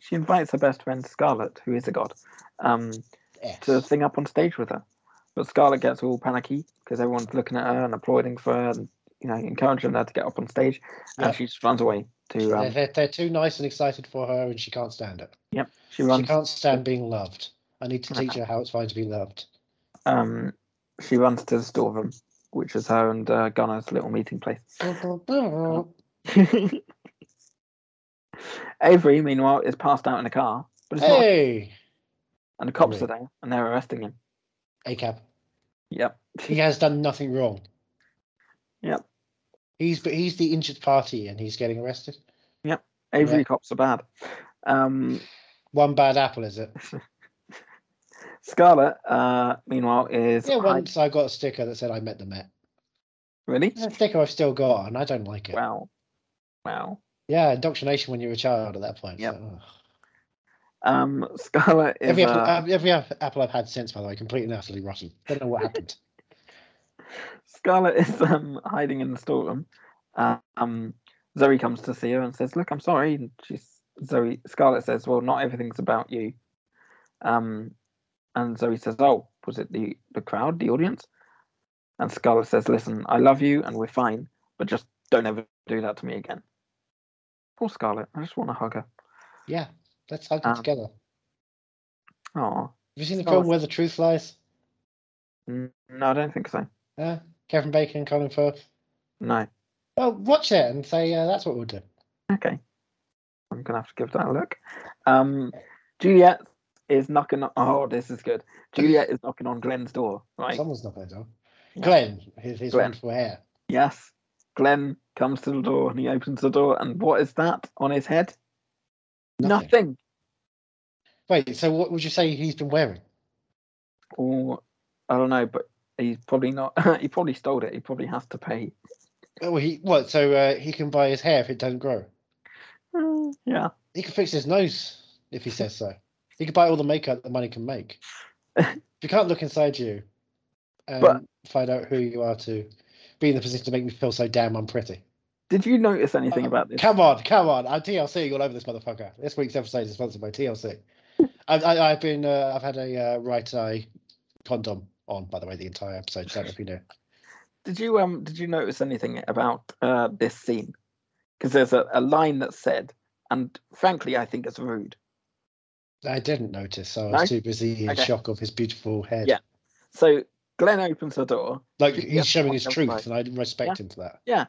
A: she invites her best friend Scarlett, who is a god, um,
B: Yes.
A: to sing up on stage with her. But Scarlett gets all panicky because everyone's looking at her and applauding for her, and, you know, encouraging her to get up on stage,
B: Yeah.
A: and she just runs away to.
B: They're,
A: Um,
B: they're, they're too nice and excited for her, and she can't stand it.
A: she runs.
B: She can't stand being loved. I need to teach her how it's fine to be loved.
A: um, she runs to the storeroom, which is her and uh, Gunner's little meeting place.
B: hey,
A: Avery, meanwhile, is passed out in a car, but it's not, and the cops are there, and they're arresting him.
B: ACAB.
A: Yep.
B: He has done nothing wrong.
A: Yep.
B: He's but he's the injured party, and he's getting arrested.
A: Avery
B: Yeah.
A: cops are bad. Um,
B: One bad apple, is it?
A: Scarlett, uh, meanwhile, is
B: Yeah.
A: hide-
B: Once I got a sticker that said I met the Met.
A: really
B: It's a sticker I've still got, and I don't like it.
A: wow, wow.
B: Yeah, indoctrination when you're a child at that point.
A: Yep.
B: So, ugh.
A: Um, Scarlett is
B: every apple,
A: uh,
B: uh, every app- apple I've had since, by the way, completely and utterly rotten. Don't know what happened.
A: Scarlett is um, hiding in the storeroom. Uh, um, Zoe comes to see her and says, "Look, I'm sorry." And she's Zoe. Scarlett says, "Well, not everything's about you." Um, and Zoe says, "Oh, was it the the crowd, the audience?" And Scarlett says, "Listen, I love you, and we're fine, but just don't ever do that to me again." Poor Scarlett. I just want to hug her.
B: Yeah, let's hug it
A: Um,
B: together. Have
A: Oh
B: you seen the
A: oh,
B: film where the truth lies?
A: no, I don't think so.
B: Yeah, Uh, Kevin Bacon and Colin Firth.
A: No.
B: Well, watch it and say uh, that's what we'll do.
A: Okay. I'm gonna have to give that a look. Um, Juliet is knocking. On, oh, this is good. Juliet is knocking on Glenn's door. Right.
B: Someone's not going to.
A: Yeah.
B: Glenn, his, his
A: Glenn.
B: wonderful hair.
A: Yes. Glenn comes to the door and he opens the door. And what is that on his head? Nothing.
B: Wait, so what would you say he's been wearing?
A: Or I don't know, but he's probably not. he probably stole it. He probably has to pay.
B: Oh, he what? So uh, he can buy his hair if it doesn't grow.
A: Mm, yeah.
B: He can fix his nose if he says so. He can buy all the makeup that money can make. if you can't look inside you and
A: But-
B: find out who you are to be in the position to make me feel so damn unpretty.
A: Did you notice anything
B: Uh,
A: about this?
B: Come on, come on. I'm TLC all over this motherfucker. This week's episode is sponsored by TLC. I, I, I've been, uh, I've had a uh, right eye condom on, by the way, the entire episode. So I don't know if you know.
A: Did you um? Did you notice anything about uh this scene? Because there's a, a line that's said, and frankly, I think it's rude.
B: I didn't notice. I was
A: No?
B: too busy in
A: Okay.
B: shock of his beautiful head.
A: Yeah. So Glenn opens the door.
B: Like
A: Yeah,
B: he's showing his
A: that's
B: truth,
A: right.
B: and I respect him for that.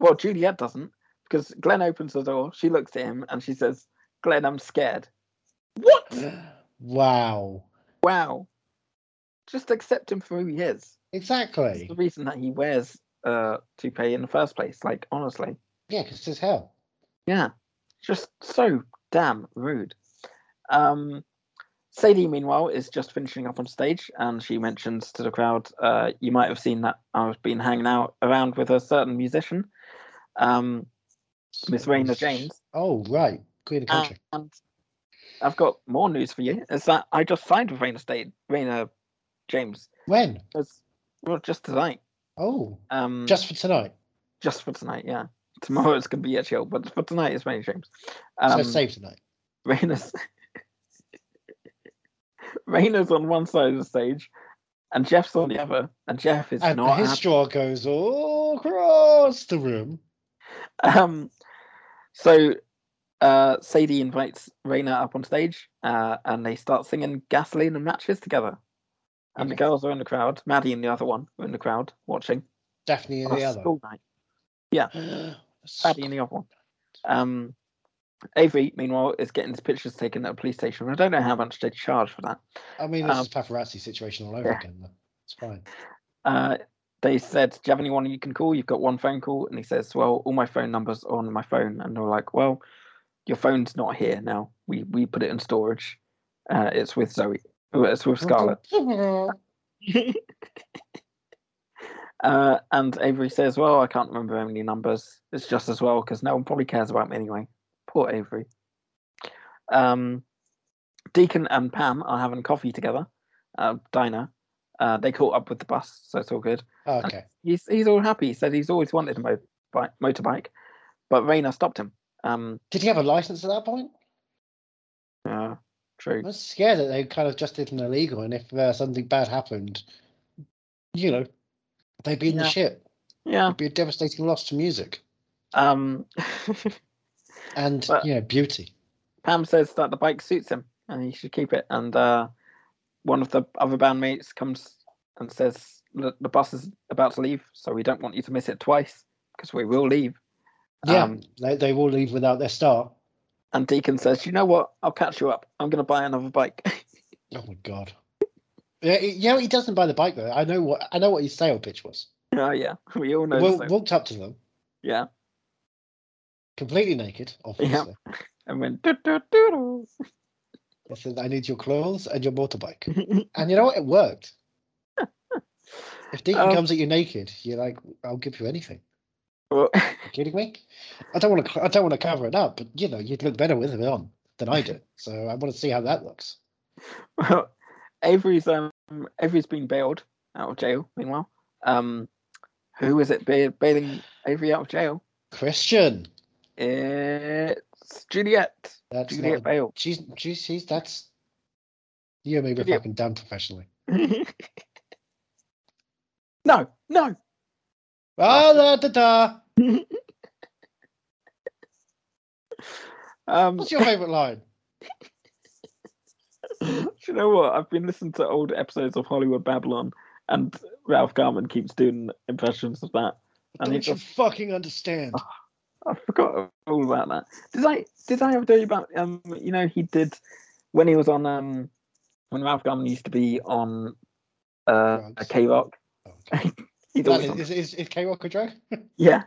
A: Well, Juliet doesn't because Glenn opens the door. She looks at him and she says, "Glenn, I'm scared." What?
B: Wow.
A: Wow. Just accept him for who he is. It's
B: Exactly.
A: the reason that he wears uh toupee in the first place. Like honestly,
B: Yeah, because it's hell.
A: yeah, just so damn rude. Um, Sadie, meanwhile, is just finishing up on stage, and she mentions to the crowd, uh, "You might have seen that I've been hanging out around with a certain musician." Um, Miss Raina James. Uh,
B: Oh, right. Queen of Country.
A: And I've got more news for you. Is that I just signed with Raina State, Raina James.
B: when?
A: It's, well, just tonight.
B: Oh,
A: Um,
B: just for tonight.
A: just for tonight. Yeah. Tomorrow it's gonna be a chill, but for tonight it's Raina James.
B: So
A: Um,
B: it's save tonight.
A: Raina's Raina's on one side of the stage, and Jeff's on the other, and Jeff is
B: And
A: not
B: his
A: happy.
B: jaw goes all across the room.
A: Um, so uh, Sadie invites Raina up on stage, uh, and they start singing "Gasoline" and "Matches" together. And the
B: Okay.
A: girls are in the crowd. Maddie and the other one are in the crowd watching.
B: Daphne and
A: on a
B: the other.
A: School night. Maddie and the other one. Um, Avery, meanwhile, is getting his pictures taken at a police station. I don't know how much they charge for that.
B: I mean, this
A: um,
B: is paparazzi situation all over
A: yeah.
B: again. Though. It's fine.
A: Uh, they said, "Do you have anyone you can call? You've got one phone call." And he says, "Well, all my phone numbers are on my phone." And they're like, "Well, your phone's not here now. We we put it in storage. Uh, it's with Zoe. Well, It's
B: Oh.
A: with Scarlett." uh, and Avery says, "Well, I can't remember how many numbers. It's just as well because no one probably cares about me anyway." Poor Avery. Um, Deacon and Pam are having coffee together, uh, diner. Uh, they caught up with the bus, so it's all good
B: okay.
A: he's he's all happy. He said he's always wanted a motorbike, motorbike but Rainer stopped him. Um,
B: Did he have a license at that point?
A: uh, true.
B: I was scared that they kind of just did an illegal, and if uh, something bad happened, you know, they'd be in the
A: Yeah.
B: shit.
A: Yeah.
B: It'd be a devastating loss to music
A: Um,
B: and
A: But-
B: you know beauty.
A: Pam says that the bike suits him and he should keep it. And uh, one of the other bandmates comes and says, "Look, the bus is about to leave, so we don't want you to miss it twice because we will leave."
B: Yeah,
A: Um,
B: they, they will leave without their star.
A: And Deacon says, "You know what? I'll catch you up. I'm going to buy another bike."
B: Oh my god. Yeah, he- you know he doesn't buy the bike though. I know what I know what his sale pitch was.
A: oh yeah, we all know.
B: Wa-
A: so.
B: walked up to them
A: Yeah,
B: completely naked, obviously.
A: and went. "Doo, doo, doo,
B: I said, "I need your clothes and your motorbike."
A: doo."
B: And you know what? It worked. If Deacon
A: Um,
B: comes at you naked, you're like, "I'll give you anything."
A: well,
B: You kidding me? I don't want to. I don't want to cover it up, but you know, you'd look better with it on than I do. So I want to see how that looks.
A: Well, Avery's um Avery's been bailed out of jail. Meanwhile, um, who is it ba- bailing Avery out of jail?
B: Christian,
A: It's Juliet.
B: that's
A: Juliet
B: not.
A: Bale.
B: She's, she's, she's that's. You and me were
A: Yeah.
B: fucking done professionally.
A: no, no.
B: Ah, da, da, da.
A: Um,
B: What's your favourite line?
A: do you know what? I've been listening to old episodes of Hollywood Babylon, and Ralph Garman keeps doing impressions of that. And
B: Don't
A: it's
B: you fucking understand?
A: Oh, I forgot all about that. Did I did I ever tell you about um you know he did when he was on um when Ralph Garman used to be on uh
B: Drugs.
A: K Rock.
B: Okay.
A: He's
B: That
A: always
B: is,
A: on,
B: is, is, is K Rock a drug?
A: yeah.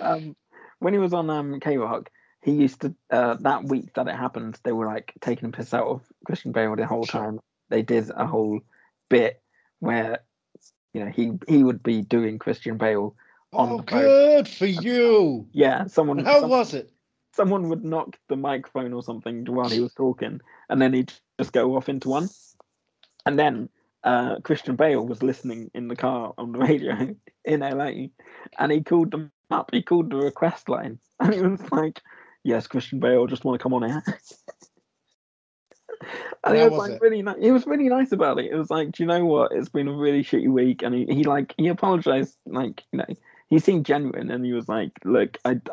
A: Um when he was on um K Rock, he used to uh that week that it happened, they were like taking a piss out of Christian Bale the whole
B: Sure.
A: time. They did a whole bit where you know he he would be doing Christian Bale. On
B: Oh,
A: the phone.
B: good for you.
A: Yeah, someone
B: How
A: some-
B: was it?
A: someone would knock the microphone or something while he was talking, and then he'd just go off into one. And then uh, Christian Bale was listening in the car on the radio in LA, and he called them up. He called the request line, and he was like, "Yes, Christian Bale, just want to come on air." And he
B: How
A: was,
B: was
A: like
B: it?
A: really nice. He was really nice about it. It was like, do you know what? It's been a really shitty week, and he, he like he apologized. Like you know, he seemed genuine, and he was like, look, I, d-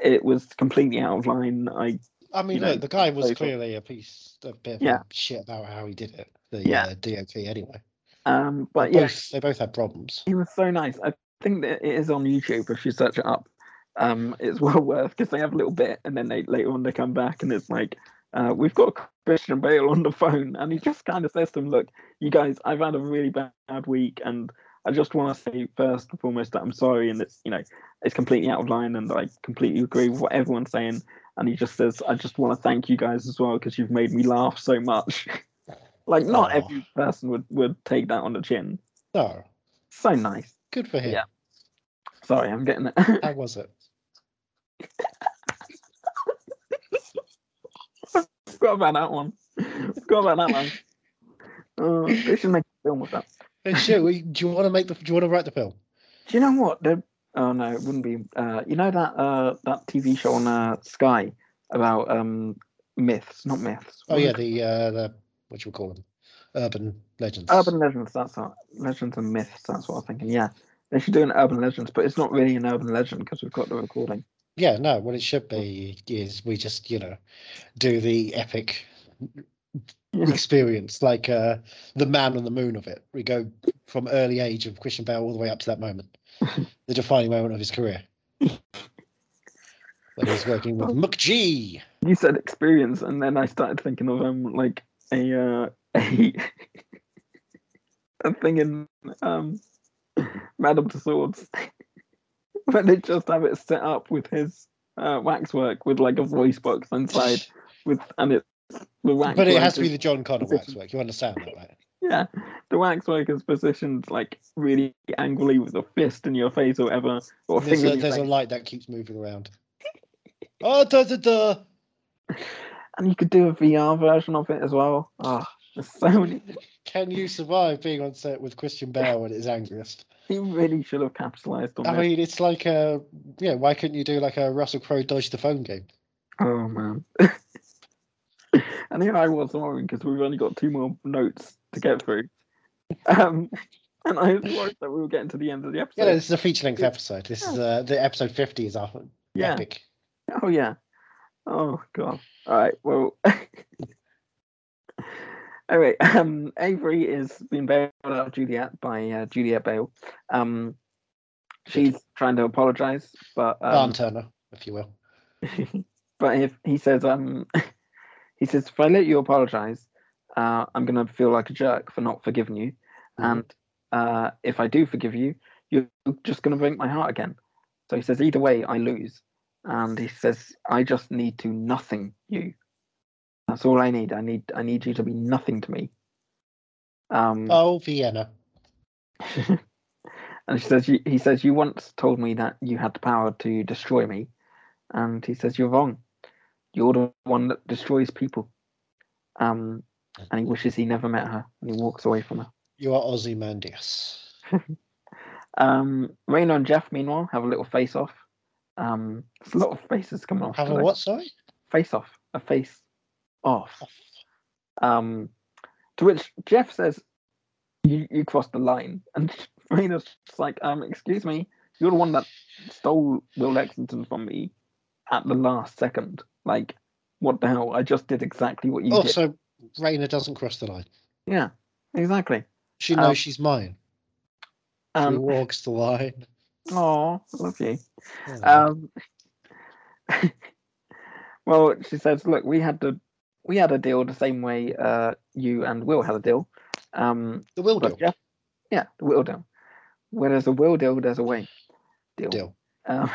A: it was completely out of line. I
B: I mean,
A: you know,
B: look, the guy was
A: playful.
B: clearly a piece, a bit of
A: Yeah.
B: shit about how he did it. The
A: Yeah.
B: uh, DOT, anyway.
A: Um, but
B: they
A: yeah,
B: both, they both had problems.
A: he was so nice. I think that it is on YouTube if you search it up. Um, it's well worth because they have a little bit, and then they later on they come back and it's like, uh, we've got Christian Bale on the phone, and he just kind of says to him, "Look, you guys, I've had a really bad week, and I just want to say first and foremost that I'm sorry, and it's you know, it's completely out of line, and I completely agree with what everyone's saying." And he just says, "I just want to thank you guys as well because you've made me laugh so much." like, not
B: Aw.
A: every person would would take that on the chin.
B: No,
A: So nice.
B: good for him.
A: Yeah. Sorry, I'm getting it.
B: How was it?
A: Forgot about that one. Forgot about that one. Uh, they should make a film with that.
B: Hey, Stu, we- do you want to make the? Do you want to write the film?
A: Do you know what? The, oh no, it wouldn't be. Uh, you know that uh, that TV show on uh, Sky about um, myths, not myths.
B: Oh yeah, the uh, the what you call them, urban legends.
A: urban legends. That's what, legends and myths. That's what I'm thinking. Yeah, they should do an urban legends, but it's not really an urban legend because we've got the recording.
B: Yeah, no. What it should be is we just you know do the epic
A: Yeah.
B: experience, like uh, the man on the moon of it. We go from early age of Christian Bale all the way up to that moment, the defining moment of his career. When he's working with McG.
A: You said experience, and then I started thinking of um like a uh, a a thing in um Madame Tussauds. but they just have it set up with his uh, waxwork with like a voice box inside with and it's the wax.
B: But it has to be the John Connor waxwork. You understand that, right?
A: yeah, the waxwork is positioned like really angrily with a fist in your face or whatever. Or
B: There's,
A: finger
B: a,
A: in your
B: there's a
A: face.
B: light that keeps moving around. Oh, da da da!
A: and you could do a VR version of it as well. Oh, there's so many.
B: Can you survive being on set with Christian Bale when it is angriest?
A: You really should have capitalized on
B: I
A: that.
B: mean, it's like a yeah. Why couldn't you do like a Russell Crowe dodge the phone game?
A: Oh man. and here I was worrying because we've only got two more notes to get through. Um, and I was worried that we were getting to the end of the
B: Yeah, no,
A: episode.
B: this is a feature length episode. This is uh, the episode fifty is our
A: Yeah.
B: epic.
A: Oh yeah. Oh god. All right. Well. anyway, um, Avery is being bailed out of Juliet by uh, Juliet Bale. Um, she's trying to apologize, but
B: Barn
A: um,
B: Turner, if you will.
A: but if he says um he says if i let you apologize uh, i'm going to feel like a jerk for not forgiving you
B: Mhm.
A: and uh, if i do forgive you you're just going to break my heart again so he says either way i lose and he says i just need to nothing you that's all i need i need i need you to be nothing to me um
B: Oh, Vienna.
A: and she says "You- he says you once told me that you had the power to destroy me and he says you're wrong you're the one that destroys people um and he wishes he never met her and he walks away from her
B: You are Ozymandias.
A: um Raina and jeff meanwhile have a little face off um there's a lot of faces coming off
B: Have a
A: today.
B: what? Sorry.
A: face off a face off um to which jeff says you you crossed the line and Raina's just like um excuse me you're the one that stole will lexington from me at the last second like what the hell i just did exactly what you did
B: Also, Oh, Raina doesn't cross the line.
A: Yeah, exactly.
B: She
A: Um,
B: knows she's mine. She
A: Um,
B: walks the line.
A: oh, love you.
B: Oh,
A: Um, well, she says, look, we had to, we had a deal the same way uh, you and Will had a deal. Um,
B: the will
A: but
B: deal.
A: Jeff, yeah, the Will deal. Where there's a Will deal, there's a way deal.
B: deal.
A: Um,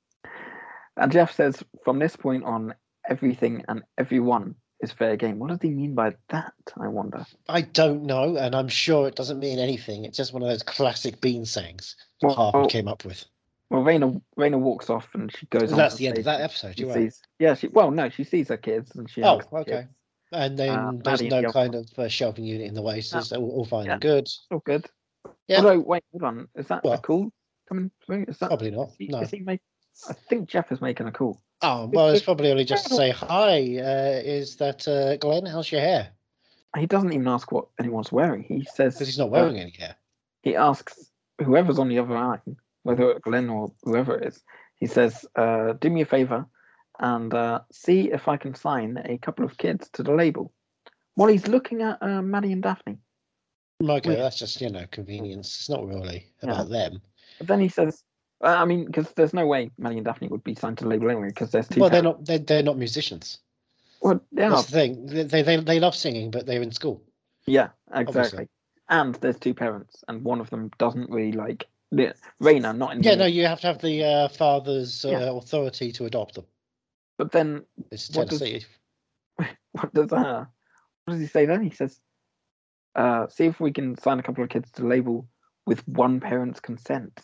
A: and Jeff says, from this point on, everything and everyone is fair game. What does he mean by that? I wonder.
B: I don't know, and I'm sure it doesn't mean anything. It's just one of those classic bean sayings that
A: Well-
B: Harvard came up with.
A: Well, Raina, Raina walks off and she goes. on
B: That's
A: to
B: the end of
A: say-
B: that episode.
A: She
B: You're right.
A: sees, yeah, she well, no, she sees her kids and she.
B: Oh,
A: hugs the
B: okay.
A: kids.
B: And then
A: Uh,
B: there's
A: Maddie
B: no
A: and
B: kind of uh, shelving unit in the way, so it's all, all fine
A: Yeah.
B: and good.
A: Oh, good.
B: Yeah.
A: Although, wait, hold on. Is that a
B: What?
A: call coming through? Is that?
B: Probably not.
A: Is he,
B: No.
A: is he make, I think Jeff is making a call.
B: Oh, well, it's probably only just to say hi. Uh, is that uh, Glenn? How's your hair?
A: He doesn't even ask what anyone's wearing. He says
B: Because he's not
A: uh,
B: wearing any hair.
A: he asks whoever's on the other line, whether
B: Mm-hmm.
A: it's Glenn or whoever it is. He says, uh, "Do me a favor and uh, see if I can sign a couple of kids to the label." While he's looking at uh, Maddie and Daphne.
B: Okay,
A: Weird.
B: that's just you know convenience. It's not really about them.
A: But then he says, uh, I mean, because there's no way Maddie and Daphne would be signed to the label anyway, because there's two.
B: Well, they're
A: parents.
B: not. They're, they're not musicians.
A: Well, they are.
B: That's the thing. They, they they they love singing, but they're in school.
A: Yeah,
B: obviously.
A: exactly. And there's two parents, and one of them doesn't really like the Raina, not in
B: Yeah,
A: the
B: no, you have to have the uh, father's uh,
A: Yeah.
B: authority to adopt them.
A: But then
B: It's
A: What does-
B: Tennessee.
A: what does uh, what does he say then? He says, uh, see if we can sign a couple of kids to the label with one parent's consent.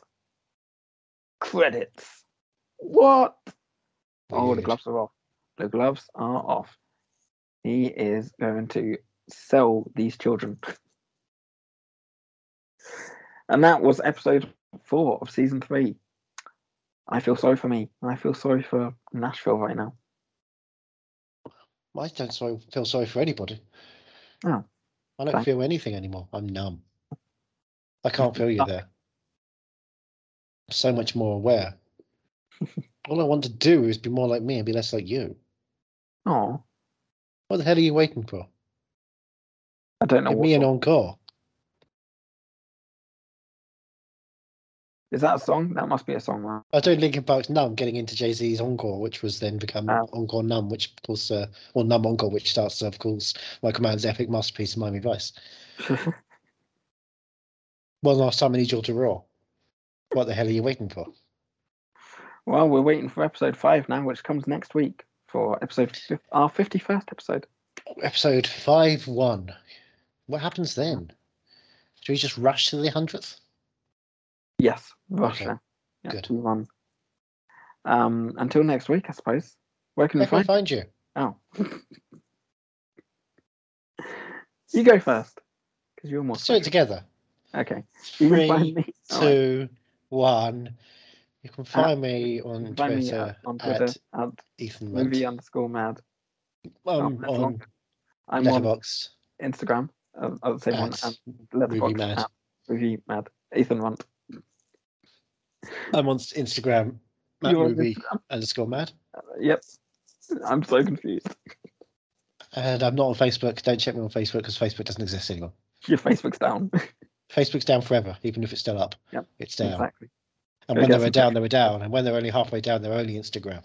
A: Credits. What? Oh, the
B: Weird.
A: gloves are off. The gloves are off. He is going to sell these children. And that was episode four of season three. I feel sorry for me. I feel sorry for Nashville right now.
B: I don't so, feel sorry for anybody.
A: Oh.
B: I don't
A: Thank-
B: feel anything anymore. I'm numb. I can't feel you there. I'm so much more aware. All I want to do is be more like me and be less like you.
A: Oh,
B: What the hell are you waiting for?
A: I don't know.
B: Give
A: What,
B: me an encore.
A: is that a song? That must be a song. Right?
B: I don't Linkin Park's Numb getting into Jay Z's Encore, which was then become
A: Oh.
B: Encore Numb, which of course, uh, or Numb Encore, which starts to, of course, Michael Mann's epic masterpiece, Miami Vice. One last time I need you all to roar. What the hell are you waiting for?
A: Well, we're waiting for episode five now, which comes next week for episode fif- our fifty-first episode.
B: Episode 5 1. What happens then? Do we just rush to the 100th?
A: Yes, Russia. Yeah,
B: good.
A: we won. Um, until next week, I suppose. Where can we
B: Where can I
A: find?
B: find you?
A: Oh, you go first because you're more.
B: Let's do
A: special.
B: it together.
A: Okay. You can find
B: Three,
A: me. all right. Ah.
B: two, one. You can find me
A: You
B: on
A: can find me uh,
B: Twitter
A: on Twitter
B: at
A: at,
B: Ethan
A: movie
B: Munt.
A: underscore mad.
B: Um,
A: that's
B: on
A: long. I'm on
B: Letterboxd
A: Instagram uh, at the same one
B: at
A: and
B: Movie
A: Letterboxd
B: Mad.
A: at movie mad. Ethan Runt.
B: I'm on Instagram, Matt
A: You're on
B: Movie underscore Mad.
A: Yep. I'm so confused.
B: And I'm not on Facebook. Don't check me on Facebook because Facebook doesn't exist anymore.
A: Your Facebook's down.
B: Facebook's down forever, even if it's still up.
A: Yep,
B: It's down.
A: Exactly.
B: And
A: Go
B: when
A: get
B: they were
A: some
B: down, they were down. And when they're only halfway down, they're only Instagram.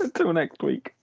A: Until next week.